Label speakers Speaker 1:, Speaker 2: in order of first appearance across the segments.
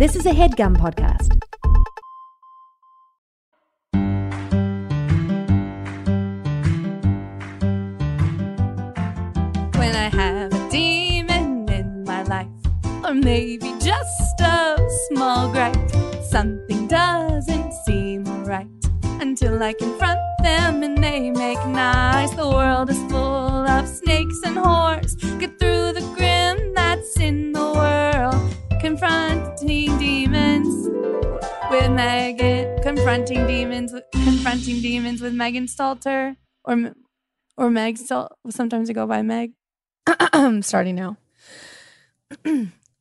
Speaker 1: This is a headgum podcast.
Speaker 2: when I have a demon in my life, or maybe just a small gripe. Something doesn't seem right until I confront them and they make nice. The world is full of snakes and whores. Get through the grim that's in the world. Confronting demons with Megan. Confronting demons. With, confronting demons with Megan Stalter or M- or Meg. Stal- Sometimes I go by Meg. starting now.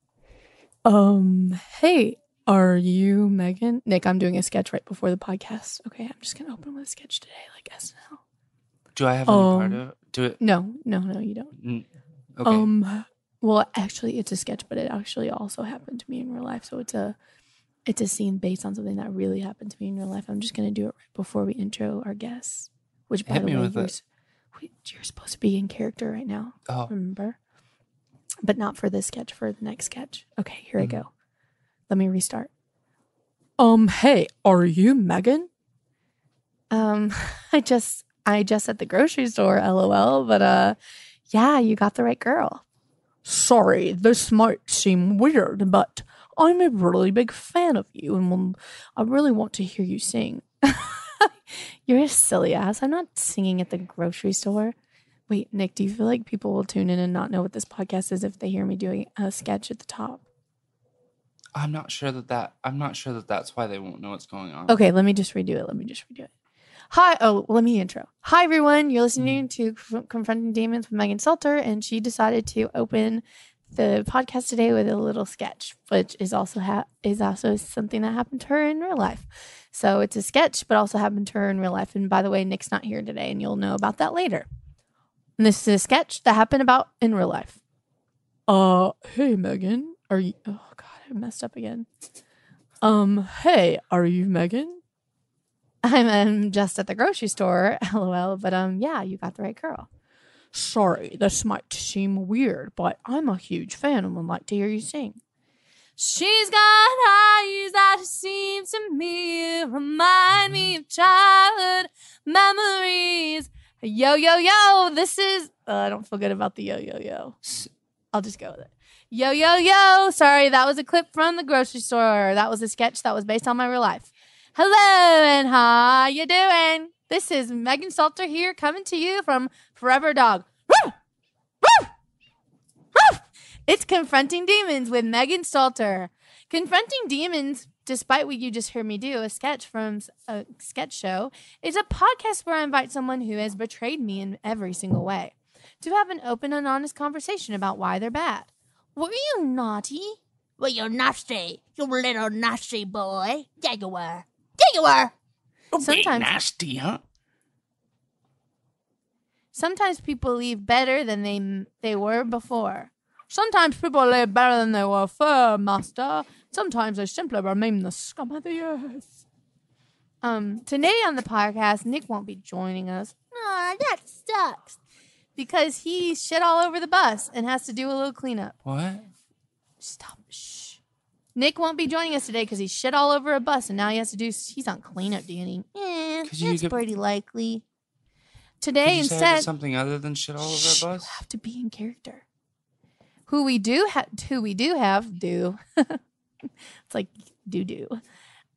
Speaker 2: um, hey, are you Megan? Nick, I'm doing a sketch right before the podcast. Okay, I'm just gonna open with a sketch today, like SNL.
Speaker 3: Do I have any part
Speaker 2: Um,
Speaker 3: of do it?
Speaker 2: No, no, no, you don't.
Speaker 3: Mm, Okay.
Speaker 2: Um, well, actually, it's a sketch, but it actually also happened to me in real life. So it's a, it's a scene based on something that really happened to me in real life. I'm just gonna do it right before we intro our guests. Which, by
Speaker 3: Hit
Speaker 2: the
Speaker 3: me
Speaker 2: way,
Speaker 3: with
Speaker 2: you're,
Speaker 3: it.
Speaker 2: s- we- you're supposed to be in character right now.
Speaker 3: oh,
Speaker 2: remember, but not for this sketch, for the next sketch. Okay, here I go. Let me restart. Um, hey, are you Megan? Um, I just I just at the grocery store, lol, but uh yeah, you got the right girl. Sorry, this might seem weird, but I'm a really big fan of you and will I really want to hear you sing. You're a silly ass. I'm not singing at the grocery store. Wait, Nick, do you feel like people will tune in and not know what this podcast is if they hear me doing a sketch at the top?
Speaker 3: I'm not sure that that I'm not sure that that's why they won't know what's going on.
Speaker 2: Okay, let me just redo it. Let me just redo it. Hi, oh, let me intro. Hi, everyone. You're listening to Conf- Confronting Demons with Megan Salter, and she decided to open the podcast today with a little sketch, which is also ha- is also something that happened to her in real life. So it's a sketch, but also happened to her in real life. And by the way, Nick's not here today, and you'll know about that later. And this is a sketch that happened about in real life. Uh, hey, Megan, are you? Oh God, I messed up again. Um, hey, are you Megan? I'm, um just at the grocery store, lol, but um, yeah, you got the right girl. Sorry, this might seem weird, but I'm a huge fan and would like to hear you sing. She's got eyes that seem to me remind me of childhood memories. Yo, yo, yo, this is. Uh, I don't feel good about the yo, yo, yo. I'll just go with it. Yo, yo, yo. Sorry, that was a clip from the grocery store. That was a sketch that was based on my real life. Hello and how you doing? This is Megan Salter here coming to you from Forever Dog. Woof! Woof! Woof! It's Confronting Demons with Megan Salter. Confronting Demons, despite what you just heard me do, a sketch from s- a sketch show, is a podcast where I invite someone who has betrayed me in every single way to have an open and honest conversation about why they're bad. Were you naughty?
Speaker 4: Well, you're nasty. You little nasty boy. Yeah, you were. Yeah, you were.
Speaker 2: Sometimes
Speaker 3: nasty, huh?
Speaker 2: sometimes people leave better than they they were before. Sometimes people live better than they were for, master. Sometimes they simply remain the scum of the earth. Um, today on the podcast, Nick won't be joining us
Speaker 4: Aw, that sucks.
Speaker 2: because he shit all over the bus and has to do a little cleanup.
Speaker 3: What?
Speaker 2: Stop. Shh. Nick won't be joining us today because he shit all over a bus and now he has to do. He's on cleanup duty. Eh,
Speaker 3: 'Cause you
Speaker 2: that's
Speaker 3: get-
Speaker 2: pretty likely.
Speaker 3: Could
Speaker 2: Today,
Speaker 3: you say I did
Speaker 2: instead,
Speaker 3: something other than shit all over a
Speaker 2: Shh,
Speaker 3: bus?
Speaker 2: You have to be in character. Who we do have, who we do have, do. it's like do do.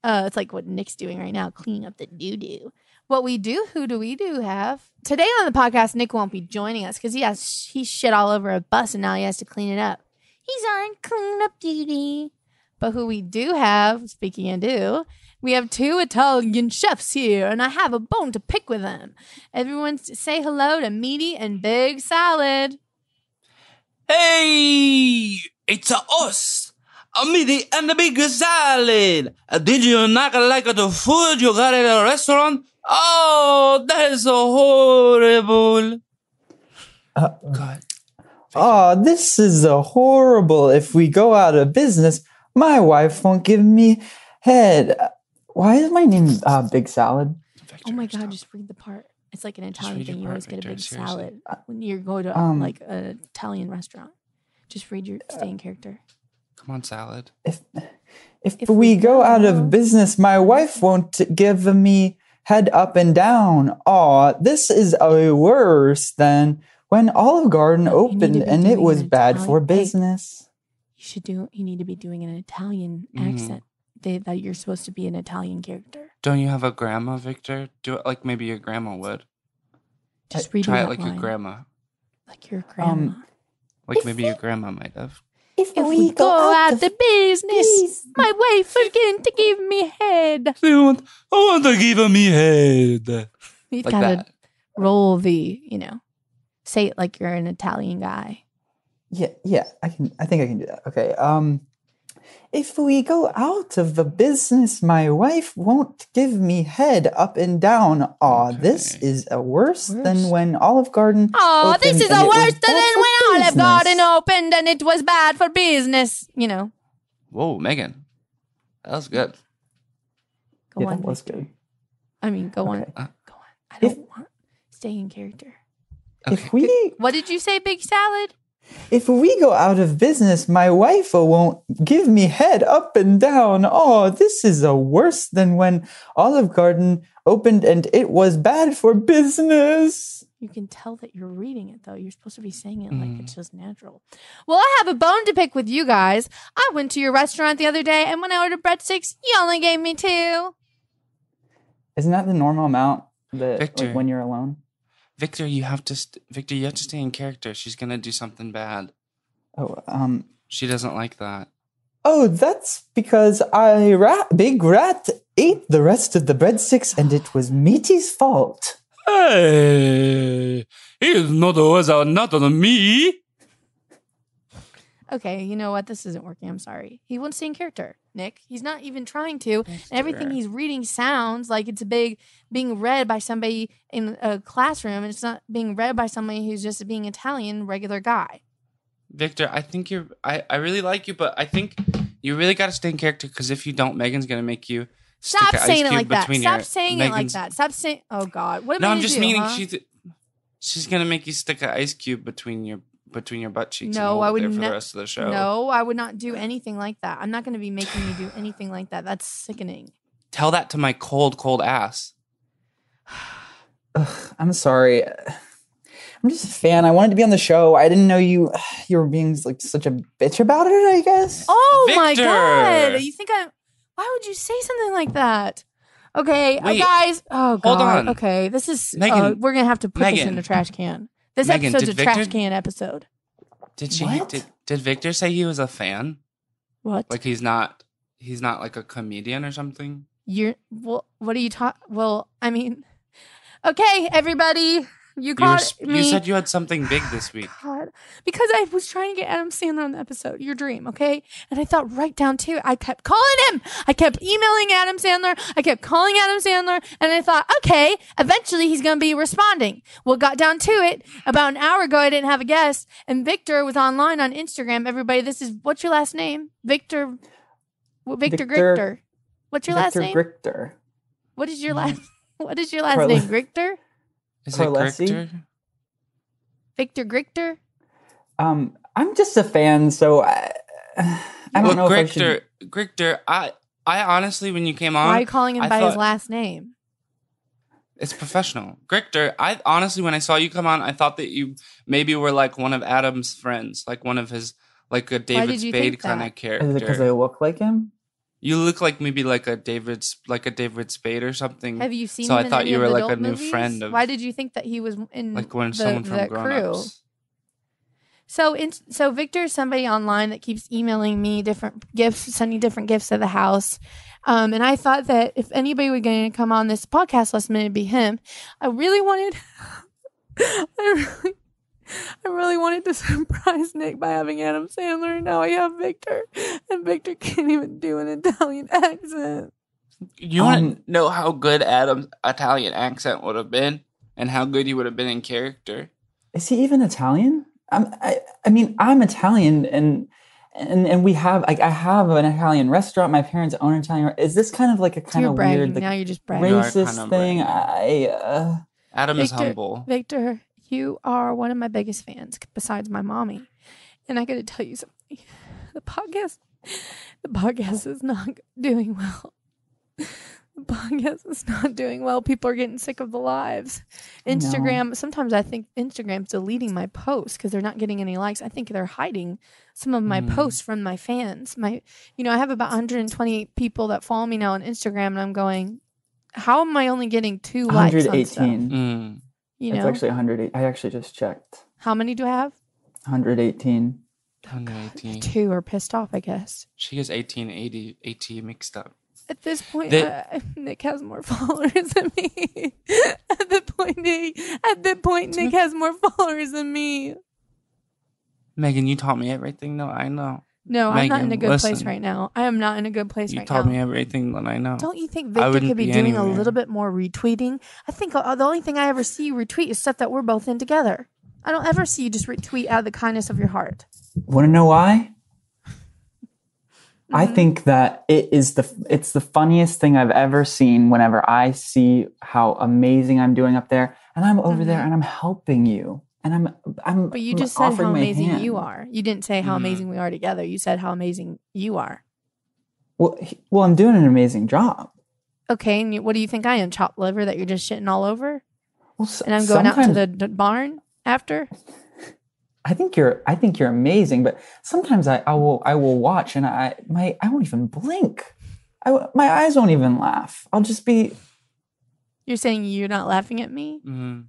Speaker 2: Uh, it's like what Nick's doing right now, cleaning up the doo doo. What we do, who do we do have today on the podcast? Nick won't be joining us because he has he shit all over a bus and now he has to clean it up. He's on cleanup duty. But who we do have, speaking of do, we have two Italian chefs here, and I have a bone to pick with them. Everyone s- say hello to Meaty and Big Salad.
Speaker 5: Hey, it's a us. A meaty and a big salad. Uh, Did you not like the food you got at the restaurant? Oh, that is so horrible.
Speaker 2: Mm.
Speaker 3: God.
Speaker 6: Oh, Uh, this is a horrible. If we go out of business, my wife won't give me head. Why is my name uh, Big Salad?
Speaker 3: Victor,
Speaker 2: Oh my god,
Speaker 3: stop.
Speaker 2: just read the part. It's like an
Speaker 3: Just
Speaker 2: Italian
Speaker 3: read your
Speaker 2: thing. You
Speaker 3: part,
Speaker 2: always get a
Speaker 3: Victor,
Speaker 2: big
Speaker 3: seriously.
Speaker 2: salad uh, when you go to
Speaker 6: Um,
Speaker 2: uh, like an Italian restaurant. Just read your stay in character.
Speaker 3: Come on, salad.
Speaker 6: If, we go out of business, my wife won't give me head up and down. Aw, this is a worse than when Olive Garden
Speaker 2: You need to
Speaker 6: opened
Speaker 2: be
Speaker 6: and it
Speaker 2: doing
Speaker 6: was
Speaker 2: an
Speaker 6: bad
Speaker 2: Italian-
Speaker 6: for
Speaker 2: hey.
Speaker 6: business.
Speaker 2: You should do. You need to be doing an Italian
Speaker 3: Mhm.
Speaker 2: accent. They, that you're supposed to be an Italian character.
Speaker 3: Don't you have a grandma, Victor? Do it like maybe your grandma would.
Speaker 2: Just redo
Speaker 3: Uh, Try
Speaker 2: that
Speaker 3: it like
Speaker 2: line,
Speaker 3: your grandma.
Speaker 2: like your grandma.
Speaker 3: Like maybe your grandma might have.
Speaker 2: if we go out the business, my wife is going to give me head.
Speaker 3: I want, I want to give me head.
Speaker 2: You
Speaker 3: Like
Speaker 2: gotta
Speaker 3: that.
Speaker 2: roll the, you know, say it like you're an Italian guy.
Speaker 6: Yeah, yeah, I can. I think I can do that. Okay. Um, if we go out of the business, my wife won't give me head up and down. Aw, this
Speaker 3: Okay.
Speaker 6: is a worse,
Speaker 2: Worse.
Speaker 6: than when Olive Garden.
Speaker 2: Oh, this
Speaker 6: opened
Speaker 2: is
Speaker 6: and
Speaker 2: the
Speaker 6: it was
Speaker 2: worst than
Speaker 6: bad for
Speaker 2: when Olive Garden
Speaker 6: business."
Speaker 2: opened and it was bad for business. You know,
Speaker 3: Whoa, Megan. That was good.
Speaker 2: go
Speaker 6: Yeah,
Speaker 2: on.
Speaker 6: that was
Speaker 2: Victor.
Speaker 6: good.
Speaker 2: I mean, go on.
Speaker 6: Okay.
Speaker 2: Go on. I don't
Speaker 6: If-
Speaker 2: want stay in character.
Speaker 3: Okay.
Speaker 6: If we
Speaker 2: What did you say, Big Salad?
Speaker 6: if we go out of business, my wife won't give me head up and down. Oh, this is a worse than when Olive Garden opened and it was bad for business.
Speaker 2: You can tell that you're reading it though. You're supposed to be saying it like
Speaker 3: Mhm.
Speaker 2: it's just natural. Well, I have a bone to pick with you guys. I went to your restaurant the other day and when I ordered breadsticks, you only gave me two.
Speaker 6: Isn't that the normal amount that
Speaker 3: Victor.
Speaker 6: like when you're alone?
Speaker 3: Victor, you have to. St- Victor, you have to stay in character. She's gonna do something bad.
Speaker 6: Oh, um,
Speaker 3: She doesn't like that.
Speaker 6: oh, that's because I rat, big rat ate the rest of the breadsticks, and it was Meaty's fault.
Speaker 5: Hey, it's not always not on me.
Speaker 2: Okay, you know what? This isn't working. I'm sorry. He won't stay in character, Nick. He's not even trying to. And everything he's reading sounds like it's a big being read by somebody in a classroom, and it's not being read by somebody who's just being Italian, regular guy.
Speaker 3: Victor, I think you're. I, I really like you, but I think you really got to stay in character because if you don't, Megan's gonna make you. stick
Speaker 2: Stop
Speaker 3: an ice
Speaker 2: saying it
Speaker 3: cube
Speaker 2: like that.
Speaker 3: between
Speaker 2: Stop
Speaker 3: your-
Speaker 2: saying it like
Speaker 3: Megan's-
Speaker 2: that. Stop saying. Oh God, what am
Speaker 3: No,
Speaker 2: I
Speaker 3: I'm
Speaker 2: gonna
Speaker 3: just
Speaker 2: do,
Speaker 3: meaning
Speaker 2: huh?
Speaker 3: she. Th- she's gonna make you stick an ice cube between your between your butt cheeks.
Speaker 2: No,
Speaker 3: and hold
Speaker 2: I
Speaker 3: it there
Speaker 2: would
Speaker 3: for
Speaker 2: ne-
Speaker 3: the rest of the show.
Speaker 2: No, I would not do anything like that. I'm not going to be making you do anything like that. That's sickening.
Speaker 3: Tell that to my cold, cold ass.
Speaker 6: Ugh, I'm sorry. I'm just a fan. I wanted to be on the show. I didn't know you. You were being like such a bitch about it. I guess.
Speaker 2: Oh my
Speaker 3: Victor!
Speaker 2: God! You think I? Why would you say something like that? Okay, uh,
Speaker 3: Wait.
Speaker 2: guys. Oh God.
Speaker 3: Hold on.
Speaker 2: Okay, this is. uh,
Speaker 3: Megan.
Speaker 2: we're gonna have to put this in
Speaker 3: Megan.
Speaker 2: the trash can. This
Speaker 3: Megan,
Speaker 2: episode's a
Speaker 3: did
Speaker 2: trash
Speaker 3: Victor-
Speaker 2: can episode.
Speaker 3: Did she?
Speaker 6: What?
Speaker 3: Did, did Victor say he was a fan?
Speaker 2: What?
Speaker 3: Like he's not. He's not like a comedian or something.
Speaker 2: You're. Well, what are you talking? Well, I mean. Okay, everybody. You
Speaker 3: You, were,
Speaker 2: caught
Speaker 3: sp-
Speaker 2: me.
Speaker 3: you said you had something big this week.
Speaker 2: God, because I was trying to get Adam Sandler on the episode, Your Dream, okay? And I thought right down to it, I kept calling him. I kept emailing Adam Sandler. I kept calling Adam Sandler. And I thought, okay, eventually he's going to be responding. Well, got down to it. About an hour ago, I didn't have a guest. And Victor was online on Instagram. Everybody, this is, what's your last name? Victor, w- Victor,
Speaker 6: Victor-
Speaker 2: Grichter. What's your last
Speaker 6: Victor
Speaker 2: name?
Speaker 6: Grichter.
Speaker 2: what is your last, what is your last
Speaker 6: Carla-
Speaker 2: name? Grichter?
Speaker 3: Is
Speaker 6: Carlesi?
Speaker 3: it Victor?
Speaker 2: Victor Grichter?
Speaker 6: Um, I'm just a fan, so I, I don't
Speaker 3: well,
Speaker 6: know if I
Speaker 3: Grichter,
Speaker 6: should.
Speaker 3: Grichter, I, I honestly, when you came on,
Speaker 2: Why are you calling him
Speaker 3: Um, I
Speaker 2: by his
Speaker 3: thought-
Speaker 2: last name?
Speaker 3: it's professional. Grichter, I honestly, when I saw you come on, I thought that you maybe were like one of Adam's friends, like one of his, like a David
Speaker 2: did you
Speaker 3: Spade
Speaker 2: think
Speaker 3: kind
Speaker 2: that?
Speaker 3: of
Speaker 6: Is it because I
Speaker 3: character.
Speaker 6: look like him?
Speaker 3: You look like maybe like a David, Sp- like a David Spade or something.
Speaker 2: Have you seen?
Speaker 3: So
Speaker 2: him
Speaker 3: I
Speaker 2: in
Speaker 3: thought
Speaker 2: any
Speaker 3: you
Speaker 2: of
Speaker 3: were
Speaker 2: the
Speaker 3: like
Speaker 2: adult
Speaker 3: a new
Speaker 2: movies?
Speaker 3: friend of-
Speaker 2: Why did you think that he was in
Speaker 3: like when
Speaker 2: the,
Speaker 3: someone from
Speaker 2: the
Speaker 3: Grown
Speaker 2: crew?
Speaker 3: Ups.
Speaker 2: So, in, so Victor is somebody online that keeps emailing me different gifts, sending different gifts to the house. Um, and I thought that if anybody were going to come on this podcast last minute, it'd be him. I really wanted, I really, I really wanted to surprise Nick by having Adam Sandler. and Now I have Victor, and Victor can't even do an Italian accent.
Speaker 3: You want
Speaker 6: Um,
Speaker 3: to know how good Adam's Italian accent would have been, and how good he would have been in character.
Speaker 6: Is he even Italian? I'm, I, I mean, I'm Italian, and and and we have like I have an Italian restaurant. My parents own an Italian. re- Is this kind of like a kind
Speaker 2: you're
Speaker 6: of
Speaker 2: bragging
Speaker 6: weird, like
Speaker 2: now. You're just bragging.
Speaker 3: You are
Speaker 6: racist
Speaker 3: kind of
Speaker 6: thing?
Speaker 3: bragging.
Speaker 6: I. Uh,
Speaker 3: Adam is
Speaker 2: Victor-
Speaker 3: humble.
Speaker 2: Victor, you are one of my biggest fans besides my mommy. And I got to tell you something. The podcast The podcast is not doing well. The podcast is not doing well. People are getting sick of the lives. Instagram, sometimes I think Instagram's deleting my posts because they're not getting any likes. I think they're hiding some of my posts from my fans. My you know, I have about 120 people that follow me now on Instagram and I'm going, how am I only getting two likes on stuff?
Speaker 6: 118.
Speaker 3: Mm.
Speaker 2: You
Speaker 6: It's
Speaker 2: know,
Speaker 6: actually 108. I actually just checked.
Speaker 2: how many do I have?
Speaker 6: 118.
Speaker 3: 118.
Speaker 2: Two are pissed off, I guess.
Speaker 3: She gets 18 80, 80 mixed up.
Speaker 2: At this point,
Speaker 3: The-
Speaker 2: uh, Nick has more followers than me. at the point, Nick, at the point, Nick has more followers than me.
Speaker 3: Megan, you taught me everything that I know.
Speaker 2: No, I'm not in a
Speaker 3: Megan,
Speaker 2: good place
Speaker 3: listen.
Speaker 2: right now. I am not in a good place
Speaker 3: You
Speaker 2: right
Speaker 3: taught
Speaker 2: now.
Speaker 3: me everything that I know.
Speaker 2: Don't you think
Speaker 3: I
Speaker 2: Victor
Speaker 3: wouldn't
Speaker 2: could be,
Speaker 3: be
Speaker 2: doing a
Speaker 3: anywhere.
Speaker 2: little bit more retweeting? I think uh, the only thing I ever see you retweet is stuff that we're both in together. I don't ever see you just retweet out of the kindness of your heart.
Speaker 6: Want to know why? I
Speaker 2: Mm-hmm.
Speaker 6: think that it is the it's the funniest thing I've ever seen whenever I see how amazing I'm doing up there and I'm over there and I'm helping you and I'm I'm
Speaker 2: Mm-hmm. But you
Speaker 6: I'm
Speaker 2: just said
Speaker 6: offering
Speaker 2: how
Speaker 6: my
Speaker 2: amazing you
Speaker 6: hand.
Speaker 2: are. You didn't say how
Speaker 3: Mm-hmm.
Speaker 2: amazing we are together. You said how amazing you are.
Speaker 6: Well, he- well I'm doing an amazing job.
Speaker 2: Okay, and you, what do you think I am, chopped liver that you're just shitting all over?
Speaker 6: Well, s-
Speaker 2: And I'm going out to
Speaker 6: sometimes-
Speaker 2: the d- barn after?
Speaker 6: I think you're I think you're amazing, but sometimes I, I will I will watch and I my I won't even blink. I w my eyes won't even laugh. I'll just be
Speaker 2: You're saying you're not laughing at me?
Speaker 3: Mm.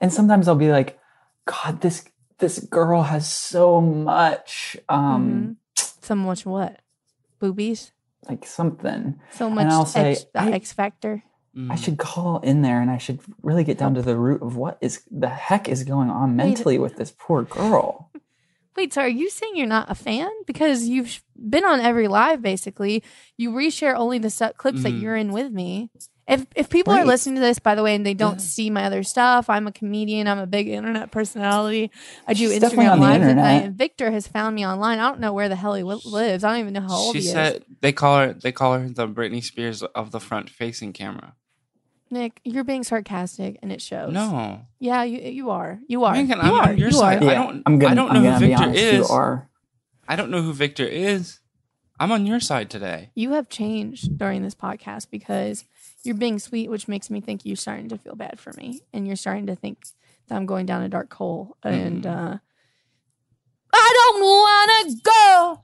Speaker 6: and sometimes I'll be like, God, this this girl has so much um
Speaker 2: Mm-hmm.
Speaker 3: Mm-hmm.
Speaker 2: So much what? Boobies?
Speaker 6: like something.
Speaker 2: So much
Speaker 6: I'll say,
Speaker 2: X, that
Speaker 6: I-
Speaker 2: X Factor?
Speaker 6: I should call in there and I should really get down to the root of what is the heck is going on mentally with this poor girl.
Speaker 2: Wait, so are you saying you're not a fan? Because you've sh- been on every live basically. You reshare only the stu clips that
Speaker 3: Mm-hmm.
Speaker 2: you're in with me. If if people are
Speaker 6: Right.
Speaker 2: listening to this, by the way, and they don't see my other stuff, I'm a comedian. I'm a big internet personality. I do
Speaker 6: She's definitely
Speaker 2: Instagram
Speaker 6: on the
Speaker 2: lives at night,
Speaker 6: internet.
Speaker 2: and Victor has found me online. I don't know where the hell he w- lives. I don't even know how old
Speaker 3: She
Speaker 2: he is.
Speaker 3: said they call her they call her the Britney Spears of the front facing camera.
Speaker 2: Nick, you're being sarcastic, and it shows.
Speaker 3: No,
Speaker 2: yeah, you you are. You are.
Speaker 3: Megan,
Speaker 2: you
Speaker 3: I'm
Speaker 2: are.
Speaker 3: on your
Speaker 2: you
Speaker 3: side.
Speaker 2: are.
Speaker 3: I don't-
Speaker 6: I'm gonna
Speaker 3: I don't
Speaker 6: am
Speaker 3: know who
Speaker 6: gonna be
Speaker 3: Victor
Speaker 6: honest, you
Speaker 3: is.
Speaker 6: are
Speaker 3: I don't know who Victor is. I'm on your side today.
Speaker 2: You have changed during this podcast because you're being sweet, which makes me think you're starting to feel bad for me, and you're starting to think that I'm going down a dark hole. And uh,
Speaker 4: I don't wanna go.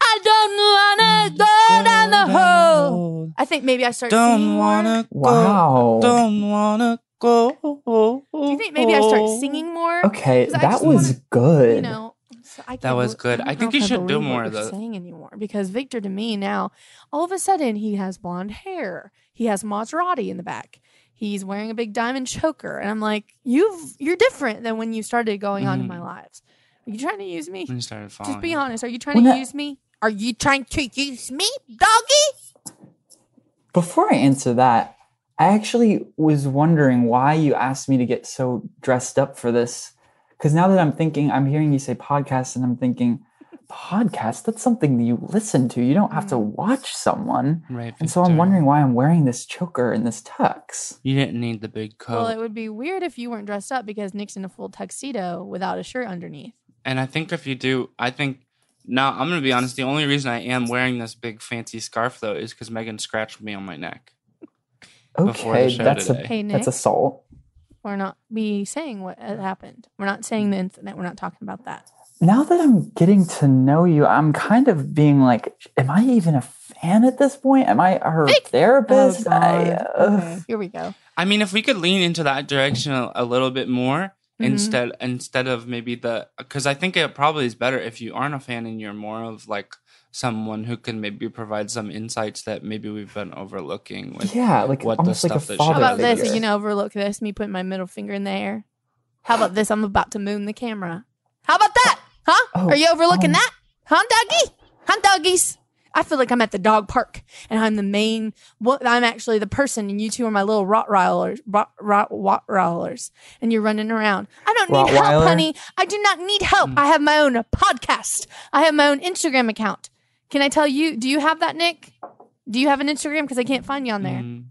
Speaker 4: I don't wanna
Speaker 3: Mm.
Speaker 4: go down the hole.
Speaker 2: I think maybe I start singing
Speaker 5: Don't
Speaker 2: more.
Speaker 5: wanna go.
Speaker 6: Wow.
Speaker 5: Don't wanna go.
Speaker 2: Do you think maybe I start singing more?
Speaker 6: Okay,
Speaker 2: 'Cause I
Speaker 6: that
Speaker 2: just
Speaker 6: was
Speaker 2: wanna-
Speaker 6: good.
Speaker 2: You know, so I
Speaker 3: That was good. I think you should do more of
Speaker 2: of
Speaker 3: those.
Speaker 2: Saying anymore because Victor to me now, all of a sudden he has blonde hair. He has Maserati in the back. He's wearing a big diamond choker, and I'm like, you've you're different than when you started going on in
Speaker 3: Mm.
Speaker 2: my lives. Are you trying to use me?
Speaker 3: When you started following.
Speaker 2: Just be
Speaker 3: her.
Speaker 2: honest. Are you trying
Speaker 6: Well,
Speaker 2: to
Speaker 6: that-
Speaker 2: use me?
Speaker 4: Are you trying to use me, doggy?
Speaker 6: Before I answer that, I actually was wondering why you asked me to get so dressed up for this. Because now that I'm thinking, I'm hearing you say podcast, and I'm thinking, podcast? That's something that you listen to. You don't have
Speaker 3: Mm.
Speaker 6: to watch someone.
Speaker 3: Right,
Speaker 6: And so I'm
Speaker 3: Victor.
Speaker 6: wondering why I'm wearing this choker and this tux.
Speaker 3: You didn't need the big coat.
Speaker 2: Well, it would be weird if you weren't dressed up because Nick's in a full tuxedo without a shirt underneath.
Speaker 3: And I think if you do, I think now I'm gonna be honest. The only reason I am wearing this big fancy scarf though is because Megan scratched me on my neck. Before the
Speaker 6: Okay,
Speaker 3: show
Speaker 6: that's
Speaker 3: today.
Speaker 6: a
Speaker 2: Hey,
Speaker 6: that's
Speaker 2: Nick.
Speaker 6: assault.
Speaker 2: We're not be saying what had happened. We're not saying the incident. We're not talking about that.
Speaker 6: Now that I'm getting to know you, I'm kind of being like, am I even a fan at this point? Am I her therapist?
Speaker 3: Oh,
Speaker 6: I, uh,
Speaker 2: Okay, here we go.
Speaker 3: I mean, if we could lean into that direction a, a little bit more instead instead of maybe the because I think it probably is better if you aren't a fan and you're more of like someone who can maybe provide some insights that maybe we've been overlooking with
Speaker 6: Yeah, like
Speaker 3: what the
Speaker 6: almost like a
Speaker 3: stuff that she-
Speaker 6: father
Speaker 2: How about
Speaker 6: figure.
Speaker 2: this? You can overlook this. Me putting my middle finger in the air. How about this? I'm about to moon the camera.
Speaker 4: How about that? Huh?
Speaker 6: Oh,
Speaker 4: Are you overlooking
Speaker 6: um,
Speaker 4: that? Huh, doggy?
Speaker 2: Hunt doggies. I feel like I'm at the dog park and I'm the main. What I'm actually the person, and you two are my little rottweilers. Rot, rot, rottweilers, and you're running around. I don't need help,
Speaker 6: Rottweiler? Hmm.
Speaker 2: honey. I do not need help. I have my own podcast. I have my own Instagram account. Can I tell you? Do you have that, Nick? Do you have an Instagram? Because I can't find you on there.
Speaker 3: Mm.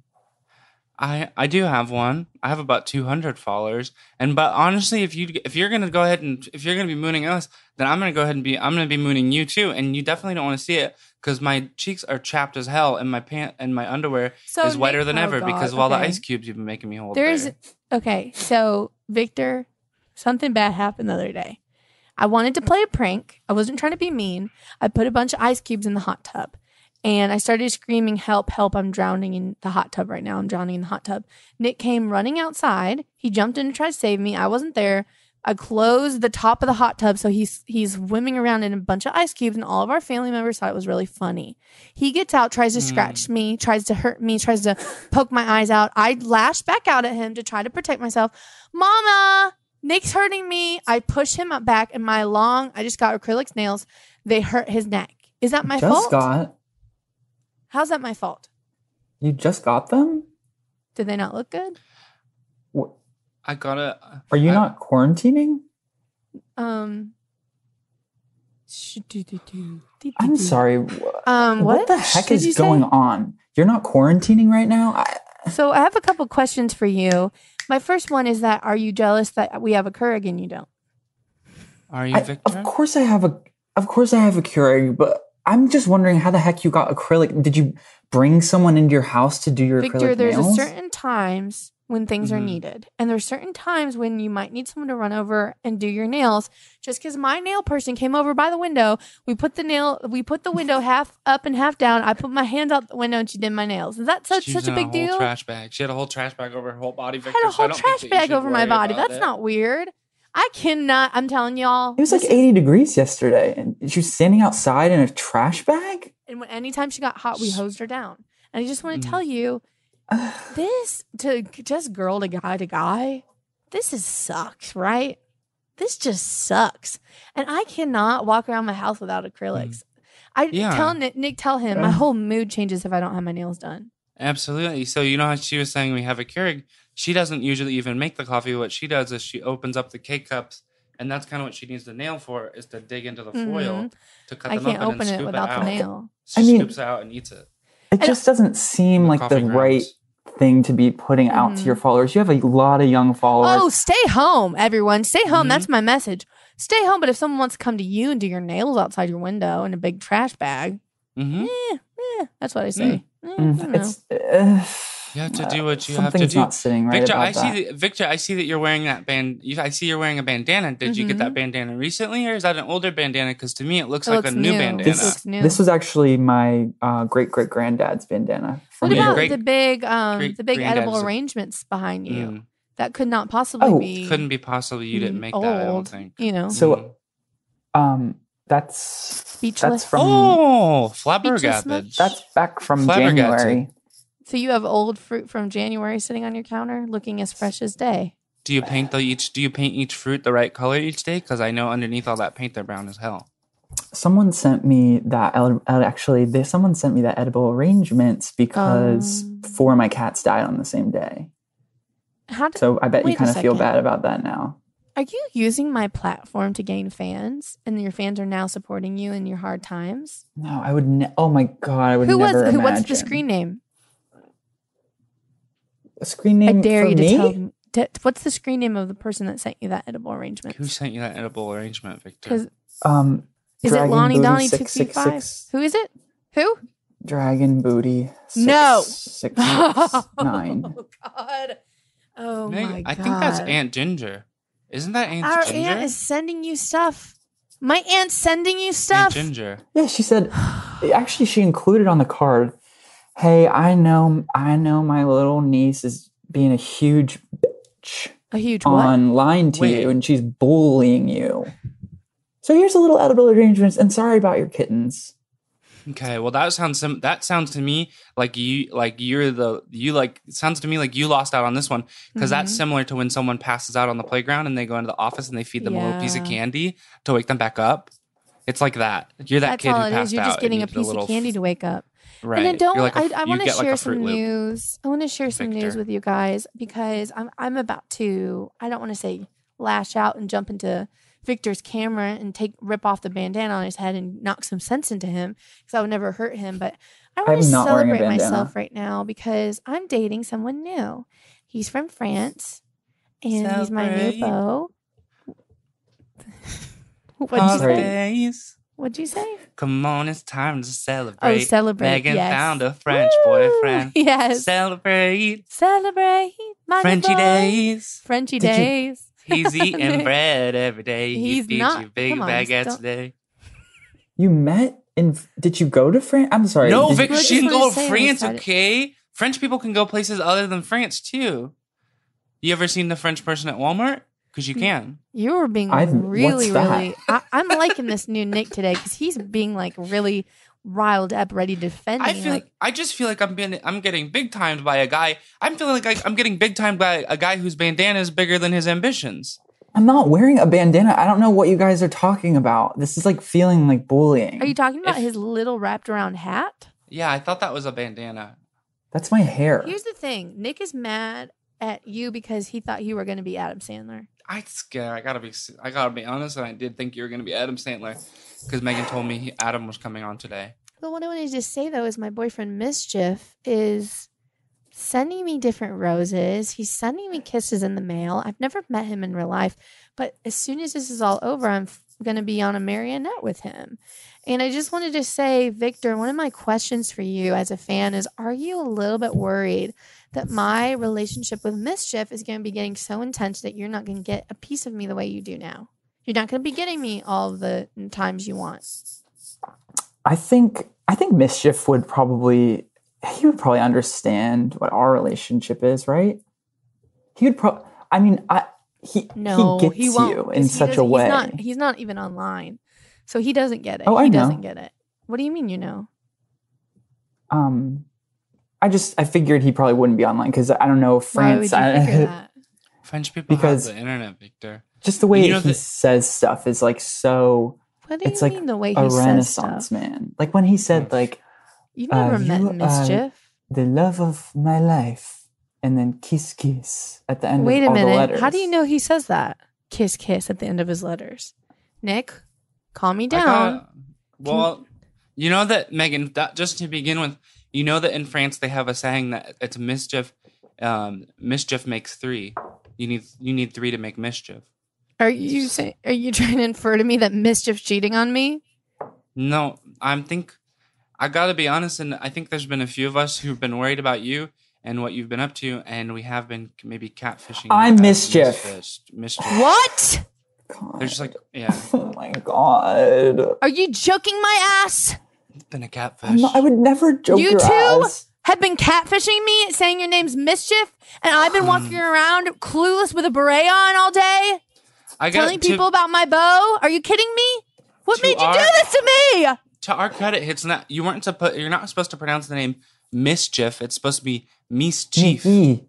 Speaker 3: I I do have one. I have about 200 followers. And but honestly, if you if you're gonna go ahead and if you're gonna be mooning us, then I'm gonna go ahead and be I'm gonna be mooning you too. And you definitely don't want to see it because my cheeks are chapped as hell, and my pant and my underwear
Speaker 2: So
Speaker 3: is wetter
Speaker 2: Nick-
Speaker 3: than
Speaker 2: oh,
Speaker 3: ever
Speaker 2: God,
Speaker 3: because of all the
Speaker 2: okay.
Speaker 3: ice cubes you've been making me hold.
Speaker 2: There's
Speaker 3: there.
Speaker 2: okay. So Victor, something bad happened the other day. I wanted to play a prank. I wasn't trying to be mean. I put a bunch of ice cubes in the hot tub, and I started screaming, "Help! Help! I'm drowning in the hot tub right now. I'm drowning in the hot tub." Nick came running outside. He jumped in to try to save me. I wasn't there. I closed the top of the hot tub, so he's he's swimming around in a bunch of ice cubes, and all of our family members thought it was really funny. He gets out, tries to scratch me, tries to hurt me, tries to poke my eyes out. I lash back out at him to try to protect myself. Mama, Nick's hurting me. I push him up back, and my long, I just got acrylic nails. They hurt his neck. Is that my
Speaker 6: just
Speaker 2: fault?
Speaker 6: got
Speaker 2: How's that my fault?
Speaker 6: you just got them.
Speaker 2: Did they not look good?
Speaker 6: Wh-
Speaker 3: I gotta.
Speaker 6: Are you
Speaker 3: I-
Speaker 6: not quarantining?
Speaker 2: Um,
Speaker 6: I'm sorry. wh-
Speaker 2: um, what,
Speaker 6: the heck
Speaker 2: did you
Speaker 6: is
Speaker 2: say?
Speaker 6: going on? You're not quarantining right now. I,
Speaker 2: So I have a couple questions for you. My first one is that are you jealous that we have a Keurig and you don't?
Speaker 3: Are you
Speaker 6: I,
Speaker 3: Victor?
Speaker 6: of course, I have a. Of course, I have a Keurig, but I'm just wondering how the heck you got acrylic. Did you bring someone into your house to do your
Speaker 2: Victor,
Speaker 6: acrylic
Speaker 2: there's
Speaker 6: nails?
Speaker 2: a certain times when things are
Speaker 3: Mhm.
Speaker 2: needed, and there's certain times when you might need someone to run over and do your nails. Just because my nail person came over by the window, we put the nail, we put the window half up and half down. I put my hand out the window and she did my nails. Is that such
Speaker 3: She was
Speaker 2: such a
Speaker 3: in
Speaker 2: big
Speaker 3: whole
Speaker 2: deal?
Speaker 3: Trash bag. She had a whole trash bag over her whole body.
Speaker 2: I
Speaker 3: Victor,
Speaker 2: had a
Speaker 3: so
Speaker 2: whole
Speaker 3: don't think
Speaker 2: trash
Speaker 3: that you
Speaker 2: bag
Speaker 3: should
Speaker 2: over my
Speaker 3: worry
Speaker 2: body.
Speaker 3: about
Speaker 2: That's
Speaker 3: it.
Speaker 2: not weird. I cannot. I'm telling y'all.
Speaker 6: It was like
Speaker 2: this is-
Speaker 6: 80 degrees yesterday, and she was standing outside in a trash bag.
Speaker 2: and when, anytime she got hot, we hosed her down. And I just want to
Speaker 3: Mhm.
Speaker 2: tell you, this to just girl to guy to guy, this is sucks, right? This just sucks, and I cannot walk around my house without acrylics. I
Speaker 3: Mm. Yeah.
Speaker 2: tell Nick, Nick, tell him my
Speaker 6: Yeah.
Speaker 2: whole mood changes if I don't have my nails done.
Speaker 3: Absolutely. So you know how she was saying we have a Keurig. She doesn't usually even make the coffee. What she does is she opens up the K cups, and that's kind of what she needs the nail for is to dig into the foil
Speaker 2: Mhm.
Speaker 3: to cut
Speaker 2: I
Speaker 3: them
Speaker 2: can't
Speaker 3: open
Speaker 2: open
Speaker 3: and
Speaker 2: it
Speaker 3: scoop
Speaker 2: without
Speaker 3: it out.
Speaker 2: the nail.
Speaker 3: She
Speaker 6: I mean-
Speaker 3: scoops it out and eats it.
Speaker 6: It just doesn't seem
Speaker 3: The
Speaker 6: like the
Speaker 3: coffee grounds.
Speaker 6: right thing to be putting out to your
Speaker 2: Mm-hmm.
Speaker 6: followers. You have a lot of young followers.
Speaker 2: Oh, stay home, everyone. Stay home.
Speaker 6: Mm-hmm.
Speaker 3: Mhm.
Speaker 2: That's my message. Stay home. But if someone wants to come to you and do your nails outside your window in a big trash bag,
Speaker 3: hmm
Speaker 2: eh, eh, that's what I say. Eh, I
Speaker 6: Mm,
Speaker 2: don't know.
Speaker 6: it's uh,
Speaker 3: You have to
Speaker 6: uh,
Speaker 3: do what you have to
Speaker 6: something's
Speaker 3: do.
Speaker 6: not sitting
Speaker 2: Mm-hmm.
Speaker 6: right
Speaker 3: Victor,
Speaker 6: about
Speaker 3: I see.
Speaker 6: that.
Speaker 3: That, Victor, I see that you're wearing that band. You, I see you're wearing a bandana. Did you get
Speaker 2: Mhm.
Speaker 3: that bandana recently, or is that an older bandana? Because to me, it looks
Speaker 2: It
Speaker 3: like
Speaker 2: looks
Speaker 3: a new,
Speaker 2: new.
Speaker 3: bandana.
Speaker 2: It
Speaker 6: this,
Speaker 2: looks new.
Speaker 6: this was actually my uh, great great granddad's bandana.
Speaker 2: What
Speaker 6: from
Speaker 3: Yeah,
Speaker 2: about
Speaker 3: great-
Speaker 2: the big, um,
Speaker 3: great
Speaker 2: the big edible
Speaker 3: granddad's-
Speaker 2: arrangements behind you?
Speaker 3: Mm.
Speaker 2: That could not possibly
Speaker 6: Oh.
Speaker 2: be.
Speaker 3: Couldn't be possible. You didn't make
Speaker 2: Mm-hmm. old,
Speaker 3: that. I don't think. Mm.
Speaker 2: You know,
Speaker 6: So, um, that's
Speaker 2: Speechless.
Speaker 6: That's from
Speaker 3: oh,
Speaker 2: Speechless
Speaker 3: flabbergasted.
Speaker 6: that's back from
Speaker 3: Flabbergasted.
Speaker 6: January.
Speaker 2: so you have old fruit from January sitting on your counter, looking as fresh as day.
Speaker 3: Do you paint the each? Do you paint each fruit the right color each day? Because I know underneath all that paint, they're brown as hell.
Speaker 6: Someone sent me that. el- el- Actually, they, someone sent me that edible arrangements because
Speaker 2: Um.
Speaker 6: four of my cats died on the same day.
Speaker 2: How do,
Speaker 6: So I bet
Speaker 2: Wait
Speaker 6: you
Speaker 2: a
Speaker 6: kind of feel
Speaker 2: second.
Speaker 6: bad about that now.
Speaker 2: are you using my platform to gain fans, and your fans are now supporting you in your hard times?
Speaker 6: No, I would. Ne- oh my god, I would
Speaker 2: Who was?
Speaker 6: never
Speaker 2: Who? What's the
Speaker 6: imagine.
Speaker 2: screen name?
Speaker 6: A screen
Speaker 2: I
Speaker 6: name
Speaker 2: dare
Speaker 6: for
Speaker 2: you to
Speaker 6: me?
Speaker 2: tell me. T- What's the screen name of the person that sent you that edible arrangement?
Speaker 3: Who sent you that edible arrangement, Victor?
Speaker 2: Because
Speaker 6: Um,
Speaker 2: is it
Speaker 6: Dragon
Speaker 2: Lonnie
Speaker 6: Booty
Speaker 2: Donnie two three five?
Speaker 6: 666.
Speaker 2: Who is it? Who?
Speaker 6: Dragon booty. Six,
Speaker 2: No.
Speaker 6: six, six, nine.
Speaker 2: Oh God. Oh
Speaker 3: Maybe-
Speaker 2: my God.
Speaker 3: I think that's Aunt Ginger. Isn't that Aunt
Speaker 2: Our
Speaker 3: Ginger?
Speaker 2: aunt is sending you stuff. My aunt's sending you
Speaker 3: Aunt
Speaker 2: stuff.
Speaker 3: Ginger.
Speaker 6: Yeah, she said. Actually, she included on the card. Hey, I know, I know, my little niece is being a huge bitch
Speaker 2: A huge what?
Speaker 6: online to
Speaker 3: Wait.
Speaker 6: you, and she's bullying you. So here's a little edible arrangements, and sorry about your kittens.
Speaker 3: Okay, well that sounds sim- that sounds to me like you like you're the you like it sounds to me like you lost out on this one because that's
Speaker 2: Mm-hmm.
Speaker 3: similar to when someone passes out on the playground and they go into the office and they feed them a little piece of
Speaker 2: Yeah.
Speaker 3: candy to wake them back up. It's like that. You're that
Speaker 2: That's
Speaker 3: kid
Speaker 2: all
Speaker 3: who
Speaker 2: it
Speaker 3: passed
Speaker 2: is. You're
Speaker 3: out.
Speaker 2: just
Speaker 3: and
Speaker 2: getting
Speaker 3: you
Speaker 2: a
Speaker 3: did
Speaker 2: piece
Speaker 3: little
Speaker 2: of candy to wake up.
Speaker 3: Right.
Speaker 2: And then don't
Speaker 3: You're like a-
Speaker 2: I, I
Speaker 3: you
Speaker 2: want to
Speaker 3: get like a
Speaker 2: share some
Speaker 3: Fruit Loop.
Speaker 2: news. I want to share some news
Speaker 3: Victor.
Speaker 2: with you guys because I'm I'm about to I don't want to say lash out and jump into Victor's camera and take rip off the bandana on his head and knock some sense into him because I would never hurt him. But I want to
Speaker 6: I'm not wearing a
Speaker 2: celebrate
Speaker 6: bandana.
Speaker 2: myself right now because I'm dating someone new. He's from France and he's my new
Speaker 3: Celebrate.
Speaker 2: beau. What'd you, say?
Speaker 3: Holidays.
Speaker 2: What'd you say?
Speaker 3: Come on, it's time to celebrate.
Speaker 2: Oh, celebrate.
Speaker 3: Megan
Speaker 2: yes.
Speaker 3: found a French
Speaker 2: Woo!
Speaker 3: boyfriend.
Speaker 2: Yes.
Speaker 3: Celebrate
Speaker 2: celebrate my
Speaker 3: Frenchy days.
Speaker 2: Frenchy
Speaker 6: Did you-
Speaker 2: days.
Speaker 3: He's eating
Speaker 2: Nick.
Speaker 3: bread every day.
Speaker 2: He's
Speaker 3: he feeds
Speaker 2: not-
Speaker 3: you big
Speaker 2: come on,
Speaker 3: baguettes
Speaker 2: stop.
Speaker 3: today.
Speaker 6: You met in? Did you go to France? I'm sorry.
Speaker 3: No,
Speaker 6: did
Speaker 3: Vic,
Speaker 2: Well, I
Speaker 6: you-
Speaker 2: just
Speaker 3: she can
Speaker 2: wanted
Speaker 3: go
Speaker 2: to
Speaker 3: to
Speaker 2: say I'm
Speaker 3: France,
Speaker 2: excited.
Speaker 3: okay? French people can go places other than France too. You ever seen the French person at Walmart? Because you can.
Speaker 2: You were being
Speaker 6: I've- what's
Speaker 2: really,
Speaker 6: that?
Speaker 2: really. I, I'm liking this new Nick today because he's being like really riled up, ready to defend me.
Speaker 3: I feel.
Speaker 2: like,
Speaker 3: I just feel like I'm being. I'm getting big timed by a guy. I'm feeling like I, I'm getting big timed by a guy whose bandana is bigger than his ambitions.
Speaker 6: I'm not wearing a bandana. I don't know what you guys are talking about. This is like feeling like bullying.
Speaker 2: are you talking about
Speaker 3: if-
Speaker 2: his little wrapped around hat?
Speaker 3: Yeah, I thought that was a bandana.
Speaker 6: That's my hair.
Speaker 2: Here's the thing: Nick is mad at you because he thought you were going to be Adam Sandler.
Speaker 3: I scared. I gotta be. I gotta be honest, and I did think you were gonna be Adam Sandler because Megan told me he, Adam was coming on today.
Speaker 2: But what I wanted to say though is my boyfriend Mischief is sending me different roses. He's sending me kisses in the mail. I've never met him in real life, but as soon as this is all over, I'm going to be on a marionette with him. And I just wanted to say, Victor, one of my questions for you as a fan is are you a little bit worried that my relationship with Mischief is going to be getting so intense that you're not going to get a piece of me the way you do now? You're not going to be getting me all the times you want.
Speaker 6: I think I think mischief would probably he would probably understand what our relationship is, right? He would probably. I mean, I he
Speaker 2: No,
Speaker 6: he gets
Speaker 2: he, won't.
Speaker 6: you
Speaker 2: 'cause
Speaker 6: in
Speaker 2: he
Speaker 6: such a
Speaker 2: doesn't-
Speaker 6: way.
Speaker 2: He's not, he's not even online, so he doesn't get it.
Speaker 6: Oh, I
Speaker 2: he
Speaker 6: know.
Speaker 2: doesn't get it. What do you mean? You know?
Speaker 6: um, I just I figured he probably wouldn't be online because I don't know France.
Speaker 2: Why would you
Speaker 6: I-
Speaker 2: figure that?
Speaker 3: French people
Speaker 6: Because-
Speaker 3: have the internet, Victor.
Speaker 6: just the way
Speaker 3: You know
Speaker 6: he
Speaker 3: that-
Speaker 6: says stuff is like so
Speaker 2: What do
Speaker 6: It's
Speaker 2: you
Speaker 6: like
Speaker 2: mean the way he
Speaker 6: a
Speaker 2: says
Speaker 6: renaissance
Speaker 2: stuff?
Speaker 6: man. Like when he said like
Speaker 2: You've
Speaker 6: Uh,
Speaker 2: never met
Speaker 6: you, uh,
Speaker 2: mischief.
Speaker 6: the love of my life and then kiss kiss at the end
Speaker 2: Wait
Speaker 6: of
Speaker 2: a
Speaker 6: all the
Speaker 2: minute.
Speaker 6: letters.
Speaker 2: How do you know he says that? Kiss, kiss at the end of his letters. Nick, calm me
Speaker 3: I
Speaker 2: down.
Speaker 3: thought- well, you know that Megan. That, just to begin with, you know that in France they have a saying that it's mischief. Um, mischief makes three. You need you need three to make mischief.
Speaker 2: Are you saying? Are you trying to infer to me that mischief's cheating on me?
Speaker 3: No, I'm think. I gotta be honest, and I think there's been a few of us who've been worried about you and what you've been up to, and we have been maybe catfishing. you
Speaker 6: I'm
Speaker 3: as
Speaker 6: mischief.
Speaker 3: Mischief. mischief.
Speaker 2: What?
Speaker 6: God.
Speaker 3: There's just like yeah,
Speaker 6: Oh my god.
Speaker 2: Are you joking? My ass
Speaker 3: been a catfish.
Speaker 6: I'm not- I would never joke
Speaker 2: You
Speaker 6: your
Speaker 2: too?
Speaker 6: ass.
Speaker 2: have been catfishing me, saying your name's Mischief, and I've been walking around clueless with a beret on all day,
Speaker 3: I got
Speaker 2: telling
Speaker 3: to-
Speaker 2: people about my bow. Are you kidding me? What
Speaker 3: To
Speaker 2: made you
Speaker 3: our-
Speaker 2: do this to me?
Speaker 3: to our credit, it's not you weren't to put you're not supposed to pronounce the name mischief. It's supposed to be mischief.
Speaker 6: Me e.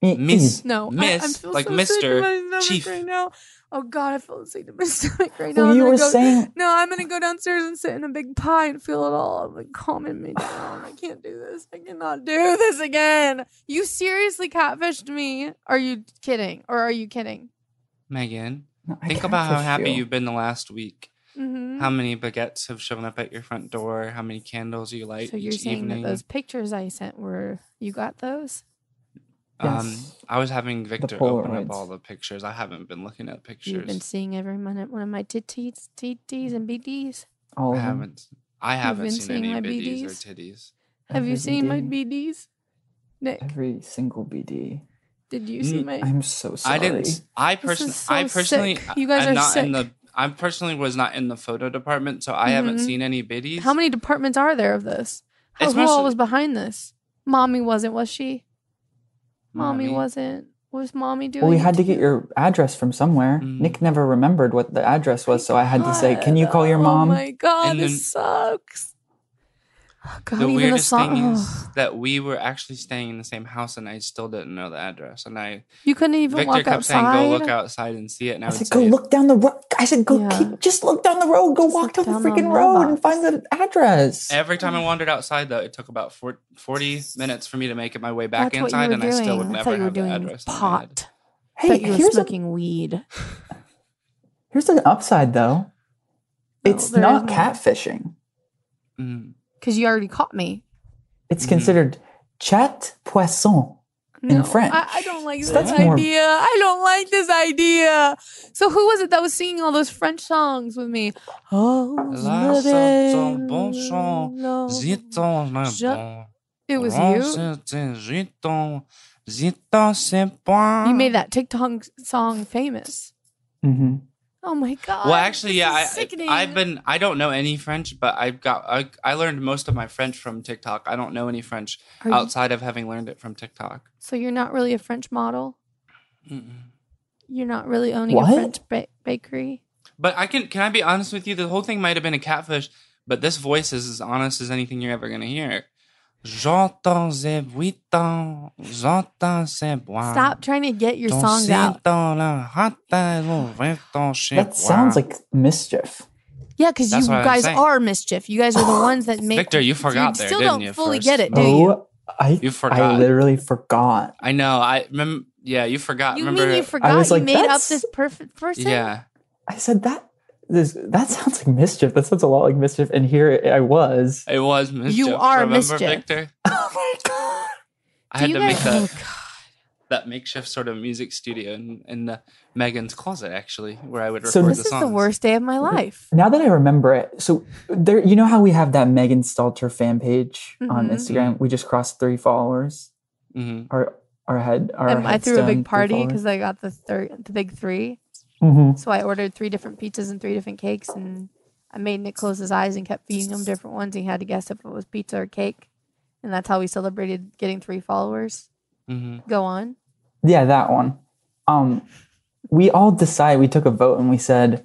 Speaker 6: Me
Speaker 3: Miss
Speaker 6: e.
Speaker 2: No, I, I'm
Speaker 3: Miss,
Speaker 2: feel
Speaker 3: like
Speaker 2: so sick to
Speaker 3: Mr.
Speaker 2: my stomach
Speaker 3: Chief.
Speaker 2: right now. Oh God, I feel sick to my stomach right now.
Speaker 6: Well,
Speaker 2: I'm
Speaker 6: you
Speaker 2: gonna
Speaker 6: were
Speaker 2: go,
Speaker 6: saying
Speaker 2: no, I'm gonna go downstairs and sit in a big pie and feel it all like calming me down. I can't do this. I cannot do this again. You seriously catfished me? Are you kidding? Or are you kidding?
Speaker 3: Megan,
Speaker 6: No, I
Speaker 3: think about how
Speaker 6: catfish
Speaker 3: happy
Speaker 6: you.
Speaker 3: you've been the last week.
Speaker 2: Mm-hmm.
Speaker 3: How many baguettes have shown up at your front door? How many candles you light
Speaker 2: So
Speaker 3: each
Speaker 2: you're saying
Speaker 3: evening?
Speaker 2: that those pictures I sent were you got those?
Speaker 3: um,
Speaker 6: Yes.
Speaker 3: I was having Victor open up
Speaker 6: Polaroids.
Speaker 3: all the pictures. I haven't been looking at
Speaker 2: You've been
Speaker 3: pictures.
Speaker 2: seeing every minute one of my titties, titties, and BDs.
Speaker 6: All
Speaker 3: I
Speaker 6: of them.
Speaker 3: haven't. I haven't
Speaker 2: been
Speaker 3: seen
Speaker 2: seeing
Speaker 3: any
Speaker 2: my
Speaker 3: biddies or
Speaker 2: BDs?
Speaker 3: titties.
Speaker 2: Have you
Speaker 6: Every
Speaker 2: seen my
Speaker 6: BD.
Speaker 2: BDs, Nick?
Speaker 6: Every single BD.
Speaker 2: Did you see
Speaker 3: Mm,
Speaker 2: my?
Speaker 6: I'm so sorry.
Speaker 3: I didn't. I
Speaker 2: This
Speaker 3: personally,
Speaker 2: is so
Speaker 3: I personally,
Speaker 2: sick. You guys
Speaker 3: I'm
Speaker 2: are
Speaker 3: not in
Speaker 2: sick.
Speaker 3: the. I personally was not in the photo department, so I haven't
Speaker 2: Mhm.
Speaker 3: seen any biddies.
Speaker 2: How many departments are there of this? How,
Speaker 3: It's
Speaker 2: who all
Speaker 3: mostly-
Speaker 2: was behind this? Mommy wasn't, was she? Mommy,
Speaker 3: Mommy.
Speaker 2: wasn't. Was mommy doing?
Speaker 6: Well, we
Speaker 2: it
Speaker 6: had to
Speaker 2: to
Speaker 6: get
Speaker 2: you?
Speaker 6: your address from somewhere.
Speaker 3: Mm.
Speaker 6: Nick never remembered what the address was, so I had to say, "Can you call your
Speaker 2: God,
Speaker 6: mom?"
Speaker 2: Oh my god,
Speaker 3: And
Speaker 2: this sucks. Oh, God,
Speaker 3: the
Speaker 2: even the
Speaker 3: weirdest
Speaker 2: song.
Speaker 3: thing
Speaker 2: Ugh.
Speaker 3: is that we were actually staying in the same house, and I still didn't know the address. And I
Speaker 2: you couldn't even
Speaker 3: Victor
Speaker 2: walk
Speaker 3: kept
Speaker 2: outside.
Speaker 3: saying, "Go look outside and see it," and I,
Speaker 6: I
Speaker 3: would
Speaker 6: said,
Speaker 3: say,
Speaker 6: "Go look down the road." I said, "Go
Speaker 2: Yeah.
Speaker 6: keep, just look down the road. Go
Speaker 2: Just
Speaker 6: walk
Speaker 2: look
Speaker 6: down the
Speaker 2: down the
Speaker 6: freaking road and
Speaker 2: mailbox."
Speaker 6: find the address."
Speaker 3: Every time
Speaker 2: Oh.
Speaker 3: I wandered outside, though, it took about four- 40 minutes for me to make it my way back
Speaker 2: That's
Speaker 3: inside,
Speaker 2: what you
Speaker 3: and
Speaker 2: were doing.
Speaker 3: I still would
Speaker 2: I
Speaker 3: never
Speaker 2: thought you were
Speaker 3: have the
Speaker 2: doing
Speaker 3: address. in my head.
Speaker 2: pot. I
Speaker 6: hey,
Speaker 2: thought you were
Speaker 6: here's a
Speaker 2: smoking weed.
Speaker 6: Here's an upside
Speaker 2: Oh,
Speaker 6: though.
Speaker 2: No,
Speaker 6: It's
Speaker 2: there isn't.
Speaker 6: not catfishing.
Speaker 3: Mm.
Speaker 2: because you already caught me.
Speaker 6: It's
Speaker 3: Mm-hmm.
Speaker 6: considered chat poisson. In
Speaker 2: No,
Speaker 6: French.
Speaker 2: I, I don't like
Speaker 6: So
Speaker 2: this
Speaker 6: that's more-
Speaker 2: idea. I don't like this idea. So who was it that was singing all those French songs with me? Oh,
Speaker 3: La
Speaker 2: la belle
Speaker 3: chanson, bon chant,
Speaker 2: love.
Speaker 3: Ziton, le
Speaker 2: Je-
Speaker 3: bon.
Speaker 2: It was
Speaker 3: Grand
Speaker 2: you.
Speaker 3: certain, Ziton, Ziton, c'est bon.
Speaker 2: You made that TikTok song famous.
Speaker 6: Mm-hmm.
Speaker 2: Oh my god.
Speaker 3: Well, actually,
Speaker 2: this
Speaker 3: yeah,
Speaker 2: is
Speaker 3: I,
Speaker 2: sickening.
Speaker 3: I've been. I don't know any French, but I've got. I, I learned most of my French from TikTok. I don't know any French
Speaker 2: Are you-
Speaker 3: outside of having learned it from TikTok.
Speaker 2: so you're not really a French model.
Speaker 3: Mm-mm.
Speaker 2: You're not really owning
Speaker 6: What?
Speaker 2: a French ba- bakery.
Speaker 3: But I can. Can I be honest with you? The whole thing might have been a catfish, but this voice is as honest as anything you're ever gonna hear. J'entends ces bruitons, j'entends ces bois.
Speaker 2: Stop trying to get your
Speaker 3: Ton
Speaker 2: songs out.
Speaker 3: cinton, la ratin, mon vinton, chez
Speaker 6: That
Speaker 3: moi.
Speaker 6: sounds like mischief.
Speaker 2: Yeah, because you
Speaker 3: That's what I'm
Speaker 2: guys
Speaker 3: saying.
Speaker 2: are mischief. You guys are the ones that make.
Speaker 3: Victor. You forgot
Speaker 2: you
Speaker 3: there,
Speaker 2: still
Speaker 3: didn't
Speaker 2: don't
Speaker 3: you?
Speaker 2: fully
Speaker 3: first?
Speaker 2: get it, do you?
Speaker 6: Oh, I
Speaker 3: You
Speaker 6: I
Speaker 3: forgot.
Speaker 6: literally forgot.
Speaker 3: I know. I remember. Yeah, you forgot.
Speaker 2: You
Speaker 3: remember?
Speaker 2: mean you forgot
Speaker 6: was like,
Speaker 2: you made up
Speaker 6: that's-
Speaker 2: this perfect person?
Speaker 3: Yeah.
Speaker 6: I said that. This, that sounds like mischief. That sounds a lot like mischief. And here I was.
Speaker 3: It was mischief.
Speaker 2: You are
Speaker 3: Remember,
Speaker 2: mischief.
Speaker 3: Victor?
Speaker 6: Oh my god!
Speaker 3: I
Speaker 2: Do
Speaker 3: had
Speaker 2: you Oh,
Speaker 3: to
Speaker 2: guys-
Speaker 3: make that that makeshift sort of music studio in, in the Megan's closet, actually, where I would record
Speaker 6: So
Speaker 3: the
Speaker 2: This is
Speaker 3: songs.
Speaker 2: the worst day of my life.
Speaker 6: Now that I remember it, so there, you know how we have that Megan Stalter fan page on
Speaker 2: Mhm.
Speaker 6: Instagram. We just crossed three followers.
Speaker 3: hmm
Speaker 6: Our our head. Our
Speaker 2: Um, I threw a
Speaker 6: headstone, three
Speaker 2: big party
Speaker 6: followers.
Speaker 2: because I got the third, the big three.
Speaker 6: Mhm.
Speaker 2: So I ordered three different pizzas and three different cakes, and I made Nick close his eyes and kept feeding him different ones. He had to guess if it was pizza or cake, and that's how we celebrated getting three followers.
Speaker 3: hmm
Speaker 2: Go on.
Speaker 6: Yeah, that one. Um, we all decided. We took a vote and we said,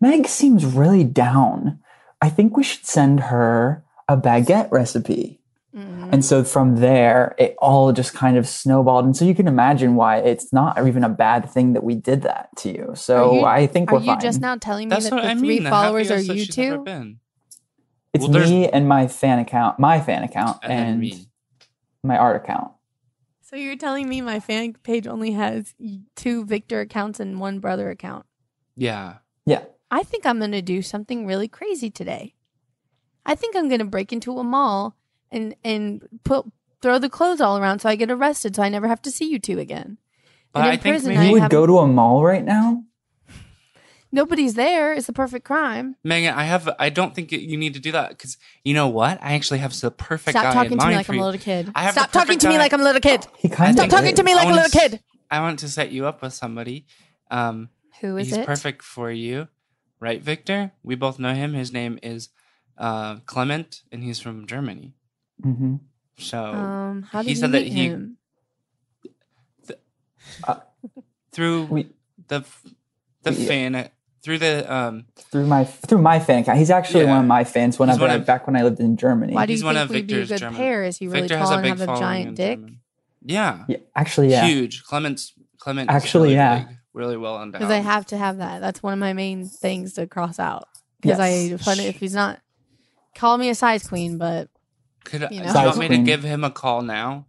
Speaker 6: Meg seems really down. I think we should send her a baguette recipe.
Speaker 2: Mhm.
Speaker 6: And so from there, it all just kind of snowballed. And so you can imagine why it's not even a bad thing that we did that to you. So
Speaker 2: Are you-
Speaker 6: I think
Speaker 2: Are
Speaker 6: we're
Speaker 2: you
Speaker 6: fine.
Speaker 2: just now telling me
Speaker 3: That's
Speaker 2: that
Speaker 3: what
Speaker 2: the
Speaker 3: I
Speaker 2: three
Speaker 3: mean. The
Speaker 2: followers are
Speaker 3: happiest that
Speaker 2: you
Speaker 3: she's ever
Speaker 2: two?
Speaker 3: been.
Speaker 6: it's
Speaker 3: well, there's-
Speaker 6: me and my fan account, my fan account,
Speaker 3: And
Speaker 6: and,
Speaker 3: then me.
Speaker 6: my art account.
Speaker 2: So you're telling me my fan page only has two Victor accounts and one brother account.
Speaker 3: Yeah.
Speaker 6: Yeah.
Speaker 2: I think I'm going to do something really crazy today. I think I'm going to break into a mall and and put throw the clothes all around so I get arrested so I never have to see you two again.
Speaker 3: But
Speaker 2: in
Speaker 3: I think
Speaker 2: prison,
Speaker 3: maybe,
Speaker 2: I
Speaker 6: You would
Speaker 2: have-
Speaker 6: go to a mall right now?
Speaker 2: Nobody's there. It's the perfect crime.
Speaker 3: Megan, I have. I don't think you need to do that because you know what? I actually have the perfect guy
Speaker 2: Stop
Speaker 3: in
Speaker 2: talking to
Speaker 3: mind
Speaker 2: me like
Speaker 3: for
Speaker 2: I'm a
Speaker 3: you.
Speaker 2: little kid.
Speaker 3: I have
Speaker 2: Stop
Speaker 3: the
Speaker 2: talking
Speaker 3: perfect
Speaker 2: to me
Speaker 3: guy.
Speaker 2: like I'm a little kid.
Speaker 6: He kind
Speaker 2: Stop
Speaker 6: of
Speaker 2: talking to me
Speaker 3: I
Speaker 2: like a
Speaker 3: wanna
Speaker 2: little
Speaker 3: s-
Speaker 2: kid.
Speaker 3: I want to set you up with somebody. Um,
Speaker 2: Who is
Speaker 3: he's
Speaker 2: it?
Speaker 3: perfect for you, right, Victor? We both know him. His name is uh, Clement, and he's from Germany.
Speaker 6: hmm
Speaker 3: So
Speaker 2: Um, how did
Speaker 3: He
Speaker 2: he
Speaker 3: said
Speaker 2: meet
Speaker 3: that he-
Speaker 2: him?
Speaker 3: through
Speaker 6: We,
Speaker 3: the f- the
Speaker 2: uh,
Speaker 6: Yeah.
Speaker 3: fan through the um,
Speaker 6: through my through my fan account. He's actually
Speaker 3: Yeah.
Speaker 6: one of my fans when
Speaker 3: He's
Speaker 6: I
Speaker 3: one of-
Speaker 6: back when I lived in Germany.
Speaker 2: Why do
Speaker 3: he's
Speaker 2: you
Speaker 3: one
Speaker 2: think
Speaker 3: of
Speaker 2: we'd be a
Speaker 3: Victor's
Speaker 2: good
Speaker 3: German-
Speaker 2: pair? Is he really
Speaker 3: Victor has
Speaker 2: tall
Speaker 3: a
Speaker 2: and
Speaker 3: big
Speaker 2: have a
Speaker 3: following
Speaker 2: giant
Speaker 3: in
Speaker 2: dick?
Speaker 3: Germany. Yeah,
Speaker 6: Yeah, actually, yeah.
Speaker 3: huge. Clement's Clement is
Speaker 6: Actually,
Speaker 3: really
Speaker 6: yeah.
Speaker 3: big, really well endowed.
Speaker 2: Because I have to have that. That's one of my main things to cross out. Because I
Speaker 6: Yes.
Speaker 2: find if he's not, call me a size queen, but
Speaker 3: Could
Speaker 2: you know.
Speaker 3: you, do you want
Speaker 6: Size
Speaker 3: me to
Speaker 6: queen.
Speaker 3: give him a call now?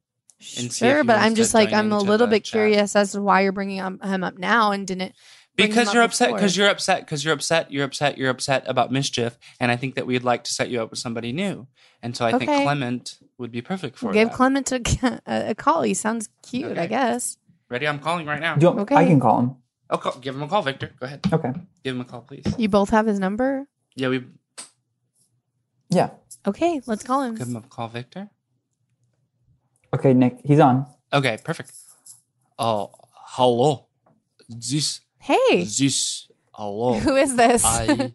Speaker 3: And see if
Speaker 2: sure.
Speaker 3: he
Speaker 2: But
Speaker 3: wants
Speaker 2: I'm
Speaker 3: to
Speaker 2: just like
Speaker 3: join
Speaker 2: I'm a
Speaker 3: into
Speaker 2: little
Speaker 3: the
Speaker 2: bit
Speaker 3: chat.
Speaker 2: curious as to why you're bringing um, him up now and didn't. bring him
Speaker 3: Because
Speaker 2: up
Speaker 3: you're upset. Because
Speaker 2: before.
Speaker 3: you're upset. Because you're upset. You're upset. You're upset about mischief. And I think that we'd like to set you up with somebody new. And so I think
Speaker 2: Okay.
Speaker 3: Clement would be perfect for
Speaker 2: give
Speaker 3: that.
Speaker 2: Clement a, a, a call. He sounds cute, I
Speaker 3: Okay.
Speaker 2: guess.
Speaker 3: Ready? I'm calling right now.
Speaker 6: Do you want-
Speaker 2: Okay.
Speaker 6: I can call him.
Speaker 3: Oh, call, give him a call, Victor. Go ahead.
Speaker 6: Okay.
Speaker 3: Give him a call, please.
Speaker 2: You both have his number.
Speaker 3: Yeah, we
Speaker 6: Yeah.
Speaker 2: Okay, let's call him.
Speaker 3: give him a call, Victor.
Speaker 6: Okay, Nick. He's on.
Speaker 3: Okay, perfect. Oh, hello. This,
Speaker 2: Hey,
Speaker 3: this, hello.
Speaker 2: who is this?
Speaker 3: I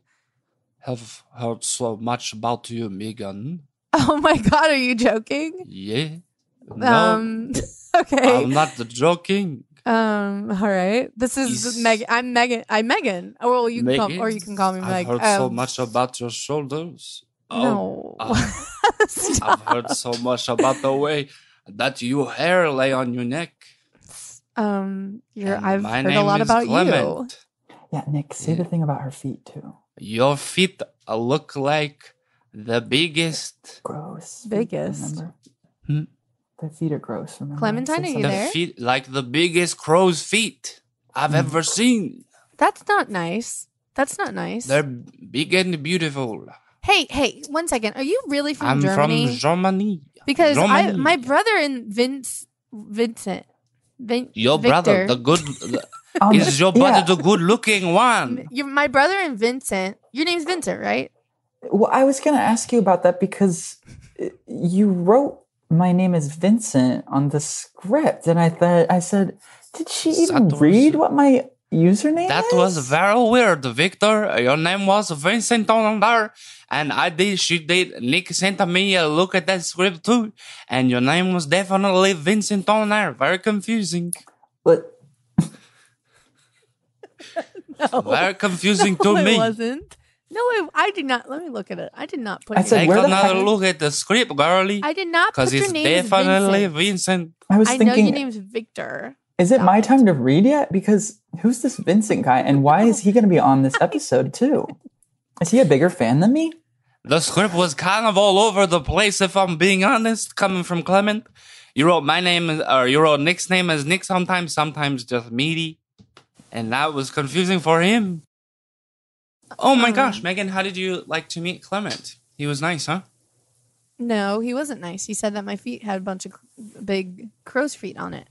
Speaker 3: have heard so much about you, Megan.
Speaker 2: oh my god, are you joking?
Speaker 3: Yeah. No,
Speaker 2: Um,
Speaker 3: I'm
Speaker 2: okay.
Speaker 3: not joking.
Speaker 2: Um, all right. This is
Speaker 3: He's-
Speaker 2: Meg. I'm Megan. I'm Megan. Oh, well, you can call, or you can call me
Speaker 3: I've
Speaker 2: Meg.
Speaker 3: heard so
Speaker 2: Um,
Speaker 3: much about your shoulders.
Speaker 2: No.
Speaker 3: uh,
Speaker 2: Stop.
Speaker 3: I've heard so much about the way that your hair lay on your neck.
Speaker 2: Um, you're,
Speaker 3: And
Speaker 2: I've
Speaker 3: my
Speaker 2: heard a
Speaker 3: name
Speaker 2: lot
Speaker 3: is
Speaker 2: about you.
Speaker 3: Clement.
Speaker 6: Yeah, Nick. Say the thing about her feet too.
Speaker 3: Your feet uh, look like the biggest.
Speaker 6: Gross. feet,
Speaker 2: Biggest.
Speaker 6: Remember?
Speaker 3: Hmm?
Speaker 6: The feet are gross. Remember? I
Speaker 2: Clementine,
Speaker 6: said
Speaker 2: are you
Speaker 6: something.
Speaker 3: the
Speaker 2: there? Mm.
Speaker 3: feet like the biggest crow's feet I've ever seen.
Speaker 2: That's not nice. That's not nice.
Speaker 3: They're big beautiful.
Speaker 2: hey, hey, one second. Are you really from
Speaker 3: I'm
Speaker 2: Germany?
Speaker 3: from Germany.
Speaker 2: because I,
Speaker 3: Germany.
Speaker 2: my brother and Vince, Vincent, Vin,
Speaker 3: Your brother,
Speaker 2: Victor- Oh,
Speaker 3: the good, the-
Speaker 6: Um,
Speaker 3: is your brother the
Speaker 6: yeah.
Speaker 3: good-looking one?
Speaker 2: your, my brother and Vincent. Your name's Vincent, right?
Speaker 6: Well, I was going to ask you about that because uh, you wrote my name is Vincent on the script, and I thought I said, did she even
Speaker 3: Satoshi.
Speaker 6: read what my username?
Speaker 3: That
Speaker 6: is?
Speaker 3: was very weird, Victor. Your name was Vincent Donalar, and I did. She did. Nick sent me a look at that script too, and your name was definitely Vincent Donalar. Very confusing.
Speaker 6: But
Speaker 3: Very confusing to
Speaker 2: Oh. no, it
Speaker 3: me.
Speaker 2: wasn't. No, it, I did not. Let me look at it. I did not put.
Speaker 6: I
Speaker 2: your-
Speaker 6: said,
Speaker 3: Take
Speaker 6: Where the
Speaker 3: another
Speaker 6: heck-
Speaker 3: look at the script, girlie.
Speaker 2: I did not put
Speaker 3: Because
Speaker 2: your
Speaker 3: it's
Speaker 2: name as
Speaker 3: definitely
Speaker 2: Vincent.
Speaker 3: Vincent.
Speaker 6: I was
Speaker 2: I know
Speaker 6: thinking,
Speaker 2: your name's Victor.
Speaker 6: is it
Speaker 2: Stop
Speaker 6: my
Speaker 2: it.
Speaker 6: time to read yet? Because who's this Vincent guy, and why is he going to be on this episode too? Is he a bigger fan than me?
Speaker 3: The script was kind of all over the place, if I'm being honest, coming from Clement. You wrote my name, as- or you wrote Nick's name as Nick sometimes, sometimes just Meaty. And that was confusing for him. Oh
Speaker 2: Um,
Speaker 3: my gosh, Megan, how did you like to meet Clement? He was nice, huh?
Speaker 2: No, he wasn't nice. He said that my feet had a bunch of cr- big crow's feet on it.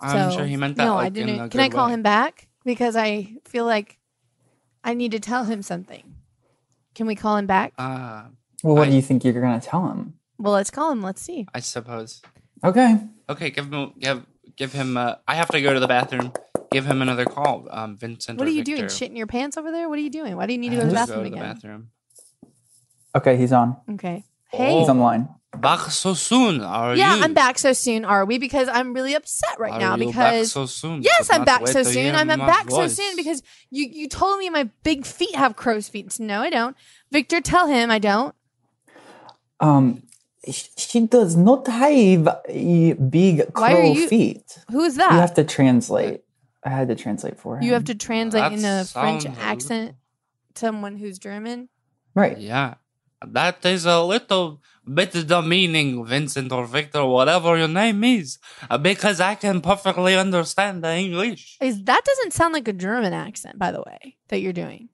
Speaker 3: I'm
Speaker 2: So-
Speaker 3: sure he meant that.
Speaker 2: No,
Speaker 3: like,
Speaker 2: I didn't.
Speaker 3: In a
Speaker 2: Can I
Speaker 3: good
Speaker 2: call
Speaker 3: way.
Speaker 2: him back because I feel like I need to tell him something. Can we call him back?
Speaker 3: Ah,
Speaker 6: Well, what
Speaker 3: I-
Speaker 6: do you think you're going to tell him?
Speaker 2: well, let's call him. Let's see.
Speaker 3: I suppose.
Speaker 6: Okay.
Speaker 3: Okay, give him, give, give him. Uh, I have to go to the bathroom. Give him another call, um, Vincent.
Speaker 2: What
Speaker 3: or
Speaker 2: are you
Speaker 3: Victor.
Speaker 2: doing? Shitting your pants over there? What are you doing? Why do you need to
Speaker 3: I
Speaker 2: go to the
Speaker 3: have to
Speaker 2: bathroom
Speaker 3: go
Speaker 2: again?
Speaker 3: bathroom.
Speaker 6: Okay, he's on.
Speaker 2: Okay.
Speaker 3: Oh.
Speaker 2: Hey.
Speaker 6: He's online.
Speaker 3: Back so soon, are
Speaker 2: Yeah,
Speaker 3: you?
Speaker 2: I'm back so soon, are we? Because I'm really upset right
Speaker 3: Are
Speaker 2: now
Speaker 3: you
Speaker 2: because
Speaker 3: back so soon.
Speaker 2: Yes,
Speaker 3: Could
Speaker 2: I'm
Speaker 3: not
Speaker 2: back
Speaker 3: wait
Speaker 2: so
Speaker 3: to
Speaker 2: soon.
Speaker 3: hear
Speaker 2: I'm
Speaker 3: my
Speaker 2: back so
Speaker 3: voice.
Speaker 2: soon because you you told me my big feet have crow's feet. No, I don't. Victor, tell him I don't.
Speaker 6: Um, sh- she does not have a big
Speaker 2: Why are
Speaker 6: crow
Speaker 2: you-
Speaker 6: feet.
Speaker 2: Who's
Speaker 6: You
Speaker 2: that?
Speaker 6: have to translate. I had to translate for him.
Speaker 2: You have to translate
Speaker 3: That
Speaker 2: in a French
Speaker 3: sounds a little-
Speaker 2: accent someone who's German.
Speaker 6: right.
Speaker 3: Yeah. That is a little bit demeaning, Vincent or Victor, whatever your name is, uh, because I can perfectly understand the English.
Speaker 2: Is that doesn't sound like a German accent, by the way, that you're doing.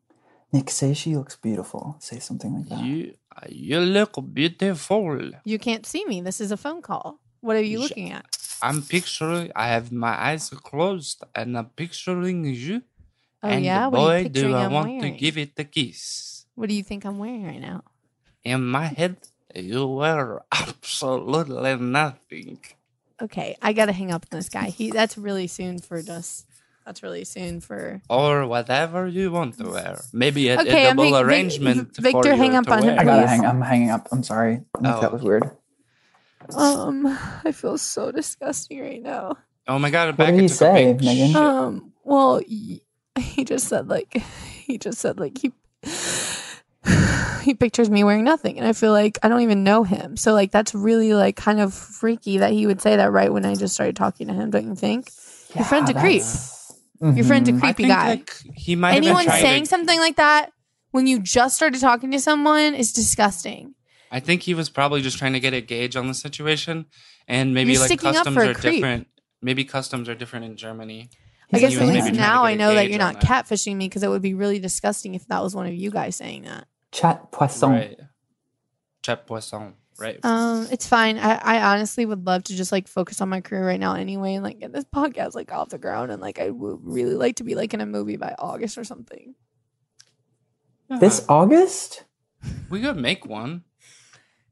Speaker 6: Nick, say she looks beautiful. Say something like that.
Speaker 3: You, you look beautiful.
Speaker 2: You can't see me. This is a phone call. What are you looking at?
Speaker 3: I'm picturing. I have my eyes closed, and I'm picturing you.
Speaker 2: Oh
Speaker 3: and
Speaker 2: yeah, what are you
Speaker 3: boy,
Speaker 2: picturing?
Speaker 3: do I
Speaker 2: I'm
Speaker 3: want to
Speaker 2: wearing?
Speaker 3: give it a kiss.
Speaker 2: What do you think I'm wearing right now?
Speaker 3: In my head, you were absolutely nothing.
Speaker 2: Okay, I gotta hang up on this guy. He that's really soon for just that's really soon for
Speaker 3: Or whatever you want to wear. Maybe a,
Speaker 2: Okay,
Speaker 3: a
Speaker 2: I'm
Speaker 3: double
Speaker 2: hang- Vic-
Speaker 3: arrangement.
Speaker 2: Victor,
Speaker 3: for you
Speaker 2: hang up
Speaker 3: to
Speaker 2: on him,
Speaker 3: wear.
Speaker 6: I gotta
Speaker 2: Please.
Speaker 6: hang. I'm hanging up. I'm sorry. Nick,
Speaker 3: Oh.
Speaker 6: that was weird.
Speaker 2: um I feel so disgusting right now.
Speaker 3: Oh my god,
Speaker 6: What
Speaker 3: back
Speaker 6: did he
Speaker 3: it took a
Speaker 6: say,
Speaker 3: big
Speaker 6: Megan?
Speaker 3: shit.
Speaker 2: Um well y- he just said like he just said like he he pictures me wearing nothing and I feel like I don't even know him. So like that's really like kind of freaky that he would say that right when I just started talking to him, don't you think? Your friend's a creep. Your friend's a
Speaker 6: Mhm.
Speaker 3: Mm, I
Speaker 2: creepy
Speaker 3: think
Speaker 2: guy.
Speaker 3: like he might have
Speaker 2: Anyone
Speaker 3: been trying
Speaker 2: saying
Speaker 3: to,
Speaker 2: something like that when you just started talking to someone is disgusting.
Speaker 3: I think he was probably just trying to get a gauge on the situation and maybe
Speaker 2: You're
Speaker 3: like
Speaker 2: sticking up
Speaker 3: customs
Speaker 2: for a
Speaker 3: are
Speaker 2: creep.
Speaker 3: different. Maybe customs are different in Germany.
Speaker 2: I
Speaker 6: He's
Speaker 2: guess
Speaker 3: He
Speaker 2: at
Speaker 3: was
Speaker 6: definitely
Speaker 2: least
Speaker 3: maybe trying
Speaker 6: on.
Speaker 3: to
Speaker 2: now
Speaker 3: get
Speaker 2: I
Speaker 3: a
Speaker 2: know that
Speaker 3: gauge
Speaker 2: you're
Speaker 3: on
Speaker 2: not catfishing me because it would be really disgusting if that was one of you guys saying that.
Speaker 6: Mm-hmm. chat poisson.
Speaker 3: Right. Chat poisson. Right.
Speaker 2: Um, it's fine. I, I honestly would love to just like focus on my career right now anyway and like get this podcast like off the ground and like I would really like to be like in a movie by August or something.
Speaker 6: Uh, This
Speaker 2: Uh,
Speaker 6: August?
Speaker 3: Uh, we could make one.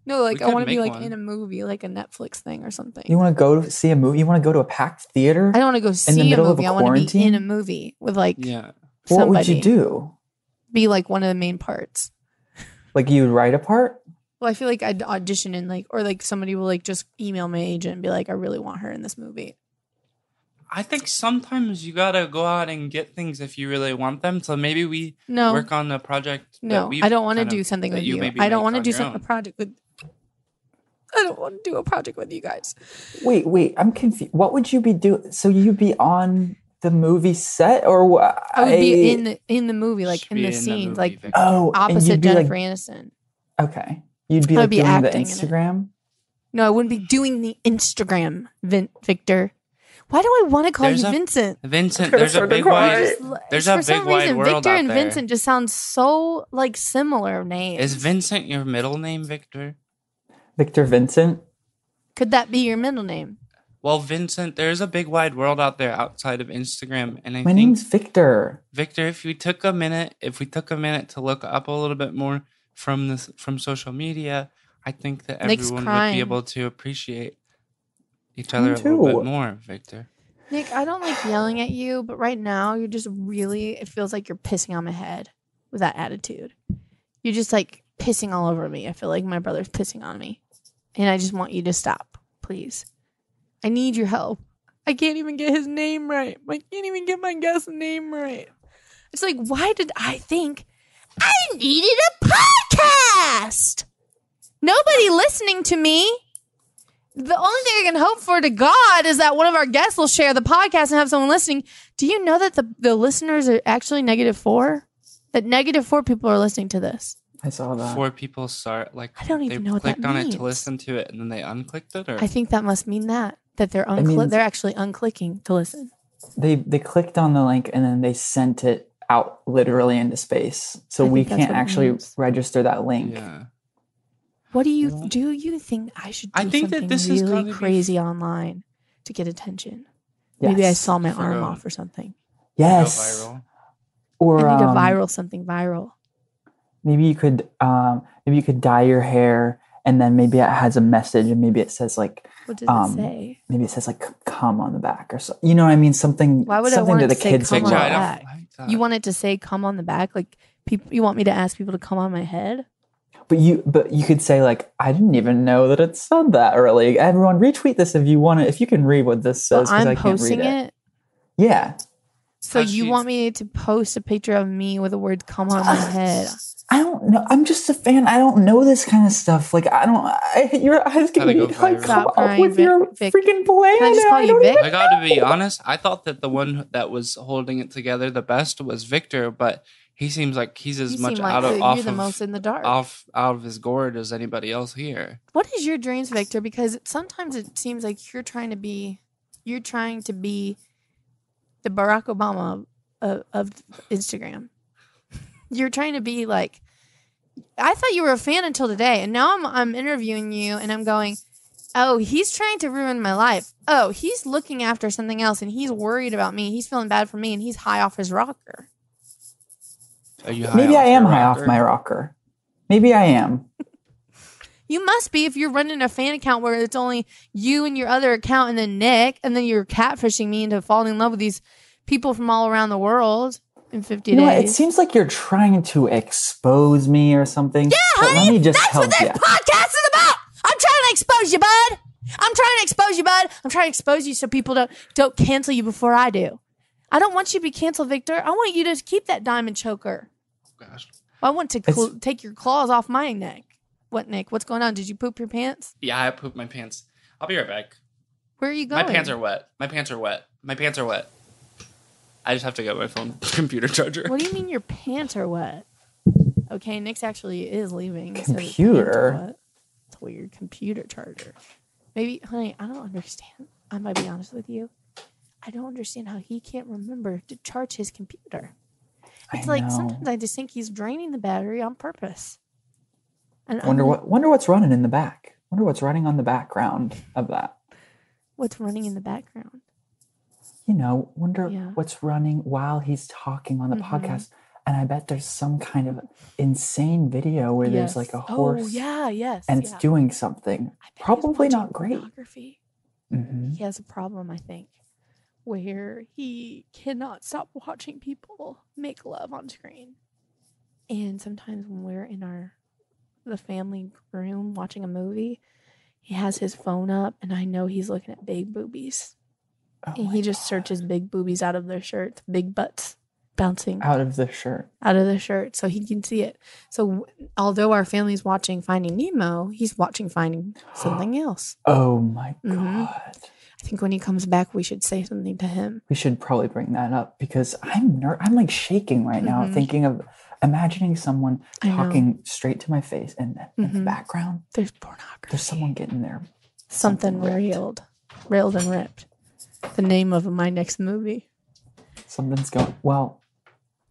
Speaker 2: No, like I
Speaker 3: could
Speaker 2: want to be
Speaker 3: make
Speaker 2: like
Speaker 3: one.
Speaker 2: in a movie, like a Netflix thing or something.
Speaker 6: You want to go to see a movie? You want to go to a packed theater?
Speaker 2: I don't want to go see a
Speaker 6: middle of
Speaker 2: movie.
Speaker 6: a
Speaker 2: I want to be in a
Speaker 6: quarantine?
Speaker 2: movie with like
Speaker 3: Yeah.
Speaker 6: what
Speaker 2: somebody.
Speaker 6: would you do?
Speaker 2: Be like one of the main parts.
Speaker 6: Like you'd write a part?
Speaker 2: Well, I feel like I'd audition and like, or like somebody will like just email my agent and be like, I really want her in this movie.
Speaker 3: I think sometimes you gotta go out and get things if you really want them. So maybe we
Speaker 2: No,
Speaker 3: work on a project.
Speaker 2: no,
Speaker 3: that we've
Speaker 2: I don't want to
Speaker 3: kind of-
Speaker 2: do something
Speaker 3: that
Speaker 2: with you.
Speaker 3: maybe
Speaker 2: I don't
Speaker 3: make
Speaker 2: want to
Speaker 3: on
Speaker 2: do
Speaker 3: your
Speaker 2: some, a
Speaker 3: own.
Speaker 2: project with. I don't want to do a project with you guys.
Speaker 6: Wait, wait, I'm confused. What would you be doing? So you'd be on the movie set, or what?
Speaker 2: I would be in the in the movie, like
Speaker 3: Just
Speaker 2: in
Speaker 3: be
Speaker 2: the
Speaker 3: in the
Speaker 2: scenes,
Speaker 3: movie,
Speaker 2: like
Speaker 3: Victor.
Speaker 6: oh, and
Speaker 2: opposite
Speaker 6: you'd be
Speaker 2: Jennifer
Speaker 6: like,
Speaker 2: Aniston.
Speaker 6: okay, you'd be
Speaker 2: I would
Speaker 6: like
Speaker 2: be
Speaker 6: doing the
Speaker 2: acting in it.
Speaker 6: Instagram.
Speaker 2: No, I wouldn't be doing the Instagram, Vin- Victor. Why do I want to call
Speaker 3: There's
Speaker 2: you
Speaker 3: a-
Speaker 2: Vincent?
Speaker 3: Vincent,
Speaker 6: gonna
Speaker 3: there's a
Speaker 6: start to
Speaker 3: big
Speaker 6: cry.
Speaker 3: wide.
Speaker 2: L-
Speaker 3: There's
Speaker 2: for
Speaker 3: a
Speaker 2: some
Speaker 3: big wide
Speaker 2: reason,
Speaker 3: world
Speaker 2: Victor
Speaker 3: out
Speaker 2: and
Speaker 3: there.
Speaker 2: Vincent just sound so like similar names.
Speaker 3: Is Vincent your middle name, Victor?
Speaker 6: Victor Vincent.
Speaker 2: Could that be your middle name?
Speaker 3: Well, Vincent, there's a big wide world out there outside of Instagram, and I
Speaker 6: My
Speaker 3: think
Speaker 6: name's Victor.
Speaker 3: Victor, if we took a minute, if we took a minute to look up a little bit more from this from social media, I think that
Speaker 2: Nick's
Speaker 3: everyone would
Speaker 2: crying.
Speaker 3: be able to appreciate each other a
Speaker 6: too.
Speaker 3: little bit more, Victor.
Speaker 2: Nick, I don't like yelling at you, but right now you're just really, it feels like you're pissing on my head with that attitude. You're just like pissing all over me. I feel like my brother's pissing on me. And I just want you to stop, please. I need your help. I can't even get his name right. I can't even get my guest's name right. It's like, why did I think I needed a podcast? Nobody listening to me. The only thing I can hope for to God is that one of our guests will share the podcast and have someone listening. Do you know that the, the listeners are actually negative four? That negative four people are listening to this.
Speaker 6: I saw that.
Speaker 3: Four people start like
Speaker 2: I don't
Speaker 3: they
Speaker 2: even know what that
Speaker 3: clicked on it
Speaker 2: means.
Speaker 3: to listen to it, and then they unclicked it, or
Speaker 2: I think that must mean that that they're uncli-
Speaker 6: means-
Speaker 2: they're actually unclicking to listen.
Speaker 6: they they clicked on the link and then they sent it out literally into space. So
Speaker 2: I
Speaker 6: we
Speaker 2: think that's
Speaker 6: can't
Speaker 2: what it
Speaker 6: actually
Speaker 2: means.
Speaker 6: register that link.
Speaker 3: yeah.
Speaker 2: What do you do? You think I should? Do
Speaker 3: I think that
Speaker 2: something
Speaker 3: this is
Speaker 2: really
Speaker 3: gonna be-
Speaker 2: crazy online to get attention. Maybe I
Speaker 6: Yes.
Speaker 2: saw my arm
Speaker 3: Forgot.
Speaker 2: off or something.
Speaker 6: Yes.
Speaker 3: Go viral.
Speaker 6: Or
Speaker 2: I need
Speaker 6: um,
Speaker 2: a viral something viral.
Speaker 6: Maybe you could um, maybe you could dye your hair and then maybe it has a message and maybe it says like
Speaker 2: What does
Speaker 6: um,
Speaker 2: it say?
Speaker 6: maybe it says like "come" on the back or so. You know what I mean? Something.
Speaker 2: Why would I
Speaker 6: something
Speaker 2: want
Speaker 6: that
Speaker 2: it
Speaker 6: the
Speaker 2: to say
Speaker 6: kids
Speaker 2: "come
Speaker 6: will
Speaker 3: Victor,
Speaker 2: on the
Speaker 3: I
Speaker 6: love.
Speaker 2: back"?
Speaker 3: don't like that.
Speaker 2: You want it to say "come on the back"? Like people, you want me to ask people to come on my head?
Speaker 6: But you but you could say like I didn't even know that it said that early. Everyone retweet this if you want to if you can read what this says
Speaker 2: But
Speaker 6: because
Speaker 2: I'm
Speaker 6: I can't read
Speaker 2: posting
Speaker 6: it.
Speaker 2: it.
Speaker 6: Yeah.
Speaker 2: So
Speaker 3: How
Speaker 2: you
Speaker 3: she's-
Speaker 2: want me to post a picture of me with the word "come on" my head?
Speaker 6: I don't know. I'm just a fan. I don't know this kind of stuff. Like I don't. I, your eyes can
Speaker 3: Gotta
Speaker 6: be
Speaker 3: go
Speaker 6: like
Speaker 3: viral.
Speaker 6: come
Speaker 2: Stop
Speaker 6: up
Speaker 2: crying,
Speaker 6: with
Speaker 2: Vic-
Speaker 6: your
Speaker 2: Vic.
Speaker 6: freaking plan.
Speaker 2: Can I just
Speaker 6: and
Speaker 2: call you
Speaker 6: don't
Speaker 2: Vic?
Speaker 6: even-
Speaker 3: I got to be honest. I thought that the one that was holding it together the best was Victor, but he seems like he's as
Speaker 2: You
Speaker 3: much
Speaker 2: seem like
Speaker 3: out of
Speaker 2: the,
Speaker 3: off
Speaker 2: you're the
Speaker 3: of,
Speaker 2: most in the dark.
Speaker 3: off out of his gourd as anybody else here.
Speaker 2: What is your dreams, Victor? Because sometimes it seems like you're trying to be, you're trying to be, the Barack Obama of, of Instagram. You're trying to be like, I thought you were a fan until today, and now I'm I'm interviewing you, and I'm going, oh, he's trying to ruin my life. Oh, he's looking after something else, and he's worried about me. He's feeling bad for me, and he's high off his rocker.
Speaker 3: Are you high
Speaker 6: Maybe
Speaker 3: off
Speaker 6: I am
Speaker 3: your
Speaker 6: high off
Speaker 3: rocker?
Speaker 6: my rocker. Maybe I am.
Speaker 2: You must be if you're running a fan account where it's only you and your other account and then Nick, and then you're catfishing me into falling in love with these people from all around the world in 50
Speaker 6: You know what? It
Speaker 2: days.
Speaker 6: seems like you're trying to expose me or something. Yeah, let me just
Speaker 2: That's
Speaker 6: help
Speaker 2: what this
Speaker 6: you.
Speaker 2: podcast is about. I'm trying to expose you, bud. I'm trying to expose you, bud. I'm trying to expose you so people don't don't cancel you before I do. I don't want you to be canceled, Victor. I want you to keep that diamond choker.
Speaker 3: Gosh.
Speaker 2: I want to
Speaker 6: It's-
Speaker 2: cl- take your claws off my neck. What, Nick? What's going on? Did you poop your pants?
Speaker 3: Yeah, I pooped my pants. I'll be right back.
Speaker 2: Where are you going?
Speaker 3: My pants are wet. My pants are wet. My pants are wet. I just have to get my phone computer charger.
Speaker 2: What do you mean your pants are wet? Okay, Nick's actually is leaving. so the pants are
Speaker 6: Computer.
Speaker 2: wet. It's a weird computer charger. Maybe, honey, I don't understand. I might be honest with you. I don't understand how he can't remember to charge his computer. It's
Speaker 6: I
Speaker 2: like
Speaker 6: know.
Speaker 2: sometimes I just think he's draining the battery on purpose. And I'm
Speaker 6: wonder
Speaker 2: like,
Speaker 6: what wonder what's running in the back. Wonder what's running on the background of that.
Speaker 2: what's running in the background.
Speaker 6: you know, wonder
Speaker 2: Yeah. Mm-hmm.
Speaker 6: what's running while he's talking on the podcast. And I bet there's some kind of insane video where there's like a
Speaker 2: Yes.
Speaker 6: horse
Speaker 2: Oh yeah, yes.
Speaker 6: and it's
Speaker 2: yeah.
Speaker 6: doing something.
Speaker 2: I bet he's
Speaker 6: Probably
Speaker 2: watching
Speaker 6: not great.
Speaker 2: Pornography.
Speaker 6: Mhm.
Speaker 2: he has a problem, I think, where he cannot stop watching people make love on screen. And sometimes when we're in our the family room watching a movie, he has his phone up and I know he's looking at big boobies.
Speaker 6: Oh
Speaker 2: and
Speaker 6: my
Speaker 2: he just
Speaker 6: God.
Speaker 2: searches big boobies out of their shirts, big butts bouncing
Speaker 6: out of the shirt.
Speaker 2: out of the shirt so he can see it. So w- although our family's watching Finding Nemo, he's watching Finding something else.
Speaker 6: Oh my
Speaker 2: Mhm.
Speaker 6: God.
Speaker 2: I think when he comes back, we should say something to him.
Speaker 6: We should probably bring that up because I'm ner- I'm like shaking right now
Speaker 2: Mhm.
Speaker 6: thinking of imagining someone
Speaker 2: I know.
Speaker 6: talking straight to my face and then in the
Speaker 2: Mhm.
Speaker 6: background
Speaker 2: There's pornography.
Speaker 6: there's someone getting there.
Speaker 2: something
Speaker 6: something ripped.
Speaker 2: railed, railed and ripped. the name of my next movie.
Speaker 6: Something's going well.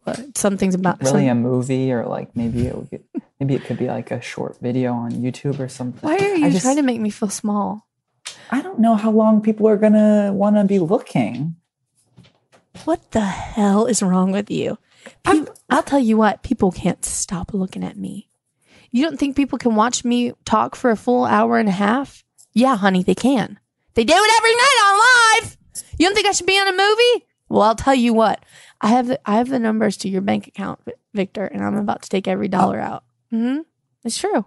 Speaker 2: But something's about some-
Speaker 6: Really, a movie, or like maybe it would get, maybe it could be like a short video on YouTube or something.
Speaker 2: Why are you
Speaker 6: I just-
Speaker 2: trying to make me feel small?
Speaker 6: I don't know how long people are gonna want to be looking.
Speaker 2: What the hell is wrong with you? Peop- I'll tell you what, people can't stop looking at me. You don't think people can watch me talk for a full hour and a half? Yeah, honey, they can. They do it every night on live. You don't think I should be on a movie? Well, I'll tell you what. I have the, I have the numbers to your bank account, Vi- Victor, and I'm about to take every dollar out. hmm It's true.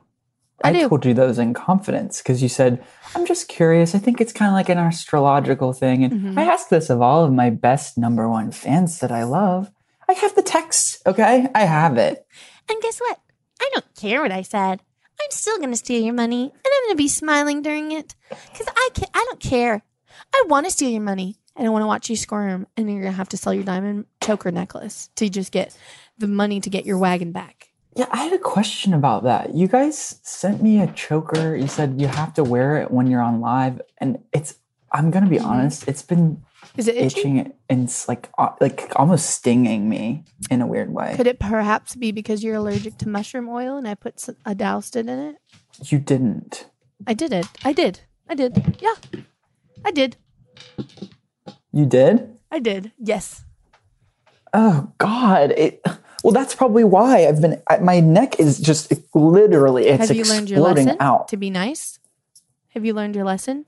Speaker 2: I,
Speaker 6: I,
Speaker 2: do.
Speaker 6: told you those in confidence because you said, I'm just curious. I think it's kind of like an astrological thing. And
Speaker 2: Mm-hmm.
Speaker 6: I ask this of all of my best number one fans that I love. I have the text, okay? I have it.
Speaker 2: And guess what? I don't care what I said. I'm still going to steal your money and I'm going to be smiling during it cuz I can I don't care. I want to steal your money and I want to watch you squirm and you're going to have to sell your diamond choker necklace to just get the money to get your wagon back.
Speaker 6: Yeah, I had a question about that. You guys sent me a choker. You said you have to wear it when you're on live. And it's, I'm going to
Speaker 2: Mm-hmm.
Speaker 6: be honest, it's been
Speaker 2: Is it itchy?
Speaker 6: itching and it's like, uh, like almost stinging me in a weird way.
Speaker 2: Could it perhaps be because you're allergic to mushroom oil and I put some, I doused it in it?
Speaker 6: you didn't.
Speaker 2: I did it. I did. I did. Yeah. I did.
Speaker 6: You did?
Speaker 2: I did. Yes.
Speaker 6: Oh God! It, well, that's probably why I've been. I- My neck is just literally it's
Speaker 2: Have you learned your
Speaker 6: exploding
Speaker 2: lesson
Speaker 6: out.
Speaker 2: to be nice? Have you learned your lesson?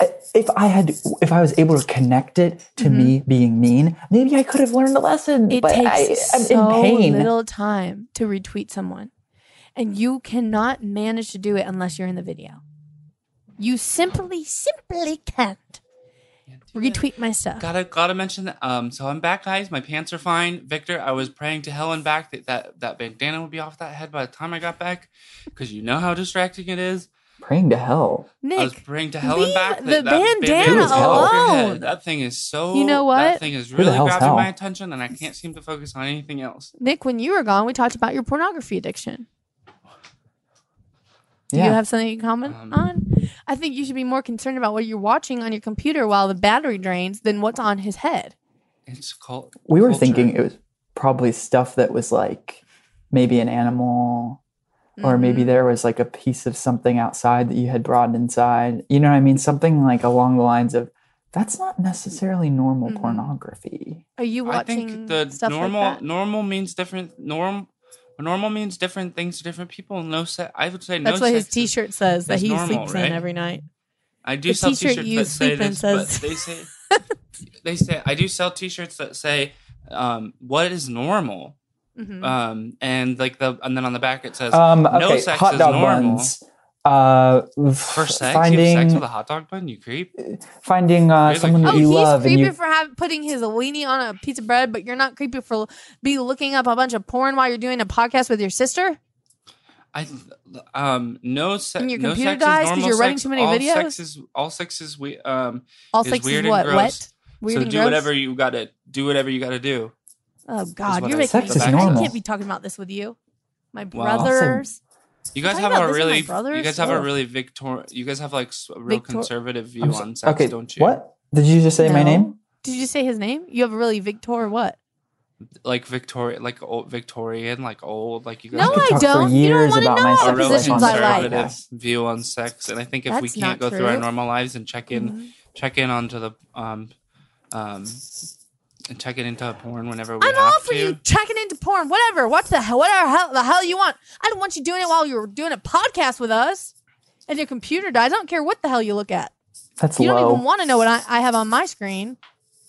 Speaker 6: I- If I had, if I was able to connect it to me being mean, maybe I could have learned a lesson.
Speaker 2: Mm-hmm. It
Speaker 6: but
Speaker 2: takes
Speaker 6: I, I'm
Speaker 2: so
Speaker 6: in pain.
Speaker 2: little time to retweet someone, and you cannot manage to do it unless you're in the video. You simply, simply can't retweet my stuff.
Speaker 3: Gotta gotta mention that. Um, so I'm back, guys. My pants are fine. Victor, I was praying to hell and back that that, that bandana would be off that head by the time I got back, because you know how distracting it is.
Speaker 6: Praying to hell.
Speaker 3: I was
Speaker 2: Nick,
Speaker 3: praying to hell
Speaker 2: leave
Speaker 3: and back.
Speaker 2: the
Speaker 3: that, that
Speaker 2: bandana
Speaker 3: bandana's off your head.
Speaker 2: alone.
Speaker 3: That thing is so.
Speaker 2: You know what?
Speaker 3: That thing is
Speaker 6: the
Speaker 3: really
Speaker 6: hell's
Speaker 3: grabbing
Speaker 6: hell?
Speaker 3: my attention, and I can't seem to focus on anything else.
Speaker 2: Nick, when you were gone, we talked about your pornography addiction. Do
Speaker 6: Yeah.
Speaker 2: you have something to comment
Speaker 3: Um,
Speaker 2: on? I think you should be more concerned about what you're watching on your computer while the battery drains than what's on his head.
Speaker 3: It's called.
Speaker 6: we were
Speaker 3: culture.
Speaker 6: thinking it was probably stuff that was like maybe an animal, or
Speaker 3: Mm-hmm.
Speaker 6: maybe there was like a piece of something outside that you had brought inside. You know what I mean? Something like along the lines of. That's not necessarily normal
Speaker 3: Mm-hmm.
Speaker 6: pornography.
Speaker 2: Are you
Speaker 3: I
Speaker 2: watching
Speaker 3: think the
Speaker 2: stuff
Speaker 3: normal
Speaker 2: like that?
Speaker 3: normal means different. Norm normal means different things to different people. No se- I would say
Speaker 2: That's
Speaker 3: no.
Speaker 2: what his
Speaker 3: sex is-
Speaker 2: T-shirt says that
Speaker 3: is
Speaker 2: he
Speaker 3: normal,
Speaker 2: sleeps
Speaker 3: right?
Speaker 2: in every night.
Speaker 3: I do
Speaker 2: The
Speaker 3: sell
Speaker 2: t-shirt
Speaker 3: T-shirts
Speaker 2: you
Speaker 3: that say
Speaker 2: sleep in
Speaker 3: this, but
Speaker 2: says-
Speaker 3: they say they say I do sell T-shirts that say um, "What is normal,"
Speaker 2: Mm-hmm.
Speaker 3: um, and like the and then on the back it says
Speaker 6: Um, okay,
Speaker 3: "No sex
Speaker 6: hot
Speaker 3: is
Speaker 6: dog
Speaker 3: normal."
Speaker 6: buns. Uh, f-
Speaker 3: For sex, you have sex
Speaker 6: finding
Speaker 3: with a hot dog bun, you creep.
Speaker 6: finding uh,
Speaker 3: Really?
Speaker 6: someone
Speaker 2: Oh,
Speaker 6: that you
Speaker 2: he's
Speaker 6: love and
Speaker 2: creepy
Speaker 6: you
Speaker 2: for have, putting his weenie on a piece of bread, but you're not creepy for be looking up a bunch of porn while you're doing a podcast with your sister.
Speaker 3: I th- um no sex.
Speaker 2: And your
Speaker 3: no
Speaker 2: computer
Speaker 3: sex
Speaker 2: dies 'cause
Speaker 3: is normal
Speaker 2: you're running
Speaker 3: sex.
Speaker 2: too many
Speaker 3: all
Speaker 2: videos?
Speaker 3: Sex is, all sex is we um
Speaker 2: All
Speaker 3: Is
Speaker 2: sex is
Speaker 3: weird and
Speaker 2: what
Speaker 3: gross.
Speaker 2: wet, weird
Speaker 3: so
Speaker 2: and
Speaker 3: do
Speaker 2: gross.
Speaker 3: whatever you gotta do whatever you gotta do.
Speaker 2: oh
Speaker 3: is
Speaker 2: God,
Speaker 3: what
Speaker 2: you're
Speaker 3: I
Speaker 2: making
Speaker 3: said.
Speaker 2: me.
Speaker 6: Sex is
Speaker 2: I
Speaker 6: normal.
Speaker 2: can't be talking about this with you, my brothers.
Speaker 3: You guys
Speaker 2: talking
Speaker 3: have
Speaker 2: about
Speaker 3: a
Speaker 2: this with my
Speaker 3: really
Speaker 2: brother,
Speaker 3: you guys have a
Speaker 2: so-
Speaker 3: really Victor you guys have like s- a real
Speaker 2: Victor-
Speaker 3: conservative view
Speaker 6: I'm so-
Speaker 3: on sex,
Speaker 6: okay,
Speaker 3: don't you?
Speaker 6: What did you just say? My
Speaker 2: No.
Speaker 6: name?
Speaker 2: Did you say his name? You have a really Victor what?
Speaker 3: Like Victoria like old Victorian, like old, like you guys
Speaker 2: No,
Speaker 3: have
Speaker 2: I
Speaker 6: talk for
Speaker 2: don't. You don't
Speaker 6: years
Speaker 2: want to
Speaker 6: about
Speaker 2: know
Speaker 6: my
Speaker 2: all the
Speaker 3: a real
Speaker 6: sexual
Speaker 2: positions I like.
Speaker 3: conservative view on sex. And I think if we
Speaker 2: That's not
Speaker 3: can't go through our
Speaker 2: true. Mm-hmm.
Speaker 3: normal lives and check in check in onto the um um and check it into porn whenever we
Speaker 2: I'm
Speaker 3: have
Speaker 2: all for
Speaker 3: to.
Speaker 2: you checking into porn, whatever. Watch the hell, whatever hell, the hell you want. I don't want you doing it while you're doing a podcast with us, and your computer dies. I don't care what the hell you look at.
Speaker 6: That's
Speaker 2: You don't
Speaker 6: low.
Speaker 2: even want to know what I, I have on my screen,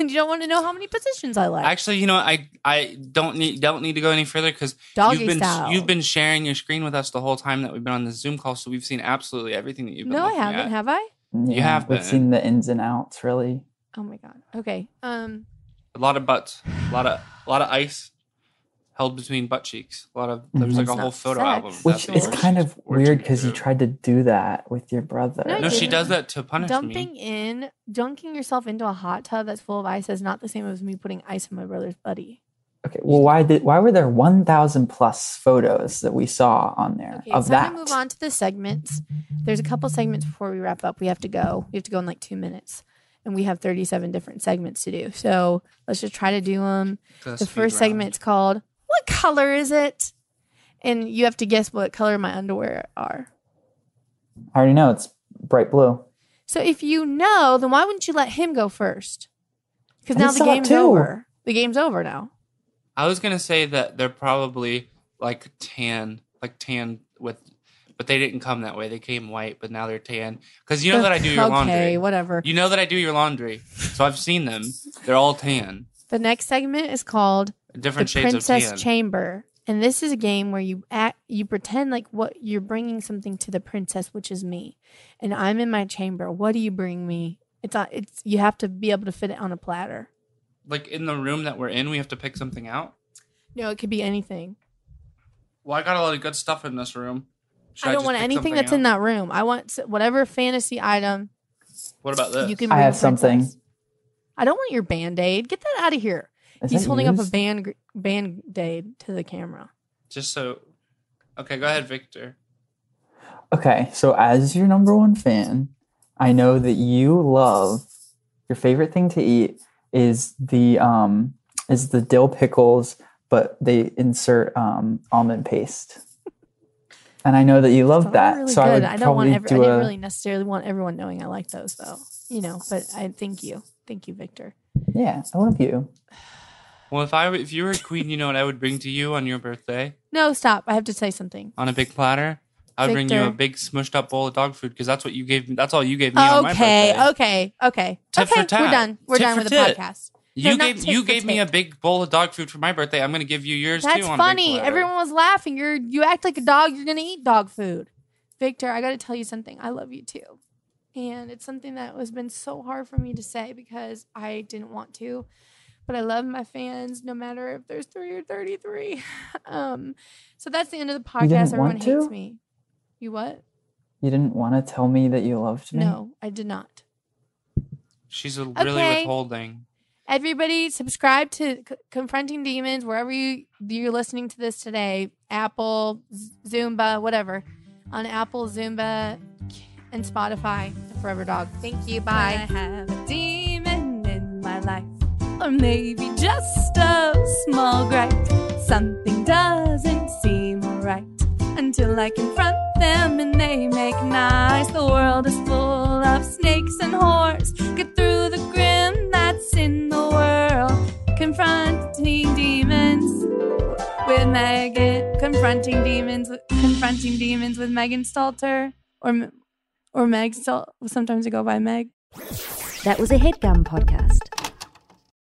Speaker 2: and you don't want to know how many positions I like.
Speaker 3: Actually, you know, I I don't need don't need to go any further because
Speaker 2: Doggy
Speaker 3: you've been
Speaker 2: style.
Speaker 3: you've been sharing your screen with us the whole time that we've been on this Zoom call, so we've seen absolutely everything that you've been.
Speaker 2: no, I
Speaker 3: looking
Speaker 2: haven't.
Speaker 3: at.
Speaker 2: Have I?
Speaker 6: Yeah,
Speaker 3: have
Speaker 6: We've
Speaker 3: been.
Speaker 6: seen the ins and outs, really.
Speaker 2: Oh my god. Okay. Um.
Speaker 3: a lot of butts, a lot of a lot of ice held between butt cheeks. A lot of there was like a
Speaker 2: That's
Speaker 3: whole
Speaker 2: not
Speaker 3: photo
Speaker 2: sex.
Speaker 3: album, of
Speaker 6: Mhm. Which
Speaker 3: that
Speaker 2: That's the
Speaker 6: is
Speaker 3: where
Speaker 6: kind
Speaker 3: she-
Speaker 6: of
Speaker 3: where she
Speaker 6: weird because you
Speaker 3: drew.
Speaker 6: tried to do that with your brother.
Speaker 2: No, I
Speaker 3: No, she
Speaker 2: didn't.
Speaker 3: does that to punish
Speaker 2: Dumping
Speaker 3: me.
Speaker 2: in, dunking yourself into a hot tub that's full of ice is not the same as me putting ice in my brother's buddy.
Speaker 6: Okay. Well, why did why were there one thousand plus photos that we saw on there
Speaker 2: Okay,
Speaker 6: of
Speaker 2: it's
Speaker 6: that?
Speaker 2: time to move on to the segments. There's a couple segments before we wrap up. We have to go. We have to go in like two minutes. and we have 37 different segments to do. So let's just try to do them. the first segment's called What Color Is It? And you have to guess what color my underwear are.
Speaker 6: I already know it's bright blue.
Speaker 2: So if you know, then why wouldn't you let him go first? Because
Speaker 6: I
Speaker 2: now
Speaker 6: just
Speaker 2: the
Speaker 6: saw it
Speaker 2: game's
Speaker 6: too.
Speaker 2: over. The game's over now.
Speaker 3: I was gonna say that they're probably like tan, like tan with, but they didn't come that way. They came white, but now they're tan. Because you know that I do your laundry.
Speaker 2: Okay, whatever.
Speaker 3: You know that I do your laundry, so I've seen them. They're all tan,
Speaker 2: The next segment is called
Speaker 3: different
Speaker 2: the
Speaker 3: shades
Speaker 2: Princess
Speaker 3: of tan.
Speaker 2: Chamber. And this is a game where you act, you pretend like what you're bringing something to the princess, which is me, and I'm in my chamber. What do you bring me? It's not, it's you have to be able to fit it on a platter.
Speaker 3: like in the room that we're in, we have to pick something out.
Speaker 2: No, it could be anything.
Speaker 3: Well, I got a lot of good stuff in this room. Should
Speaker 2: I don't
Speaker 3: just
Speaker 2: want
Speaker 3: pick
Speaker 2: anything
Speaker 3: something
Speaker 2: that's in
Speaker 3: out?
Speaker 2: that room. I want s- whatever fantasy item
Speaker 3: What about this?
Speaker 2: you can.
Speaker 6: I
Speaker 2: bring
Speaker 6: have
Speaker 2: the
Speaker 6: something.
Speaker 2: princess. I don't want your band aid. Get that out of here.
Speaker 6: Is
Speaker 2: He's
Speaker 6: that
Speaker 2: holding up a
Speaker 6: used?
Speaker 2: band band aid to the camera.
Speaker 3: Just so. Okay, go ahead, Victor.
Speaker 6: Okay, so as your number one fan, I know that you love your favorite thing to eat is the um is the dill pickles, but they insert um almond paste. And I know that you love
Speaker 2: Those are
Speaker 6: that, so I would
Speaker 2: I don't
Speaker 6: probably
Speaker 2: want every, I
Speaker 6: do
Speaker 2: didn't
Speaker 6: a.
Speaker 2: really necessarily want everyone knowing I like those though. You know, but I thank you. Thank you, Victor.
Speaker 6: Yeah, I love you.
Speaker 3: Well, if I were- if you were a queen, you know what I would bring to you on your birthday
Speaker 2: No, stop. I have to say something.
Speaker 3: on a big platter. I would bring you a
Speaker 2: Victor.
Speaker 3: big smushed up bowl of dog food because that's what you gave me. That's all you gave me on my birthday.
Speaker 2: Okay, okay, okay.
Speaker 3: Tit for
Speaker 2: okay, we're
Speaker 3: tat.
Speaker 2: done. We're
Speaker 3: Tit
Speaker 2: done
Speaker 3: for
Speaker 2: with the
Speaker 3: tit.
Speaker 2: podcast. No,
Speaker 3: You
Speaker 2: not
Speaker 3: gave
Speaker 2: tit
Speaker 3: you
Speaker 2: for
Speaker 3: gave me a
Speaker 2: tit.
Speaker 3: big bowl of dog food for my birthday. I'm going to give you yours too.
Speaker 2: That's
Speaker 3: on a big
Speaker 2: funny.
Speaker 3: platter.
Speaker 2: Everyone was laughing. You're you act like a dog, you're gonna eat dog food. Victor, I gotta tell you something. I love you too. And it's something that has been so hard for me to say because I didn't want to. But I love my fans no matter if there's three or thirty-three. Um, so that's the end of the
Speaker 6: didn't
Speaker 2: podcast. Everyone
Speaker 6: want
Speaker 2: hates
Speaker 6: to?
Speaker 2: me. You what?
Speaker 6: You didn't want to tell me that you loved me.
Speaker 2: No, I did not.
Speaker 3: She's a really
Speaker 2: Okay.
Speaker 3: withholding.
Speaker 2: Everybody, subscribe to C- Confronting Demons wherever you you're listening to this today. Apple, Z- Zumba, whatever, on Apple, Zumba, and Spotify. and Forever Dog. Thank you.
Speaker 4: I
Speaker 2: Bye.
Speaker 4: have a demon in my life, or maybe just a small gripe. Something doesn't seem right until I confront them and they make nice. The world is full of snakes and whores. Get through the grim that's in the world. Confronting demons with Megan. Confronting demons. with- Confronting demons with Megan Stalter or M- or Meg. Stal- Sometimes I go by Meg.
Speaker 1: That was a headgum podcast.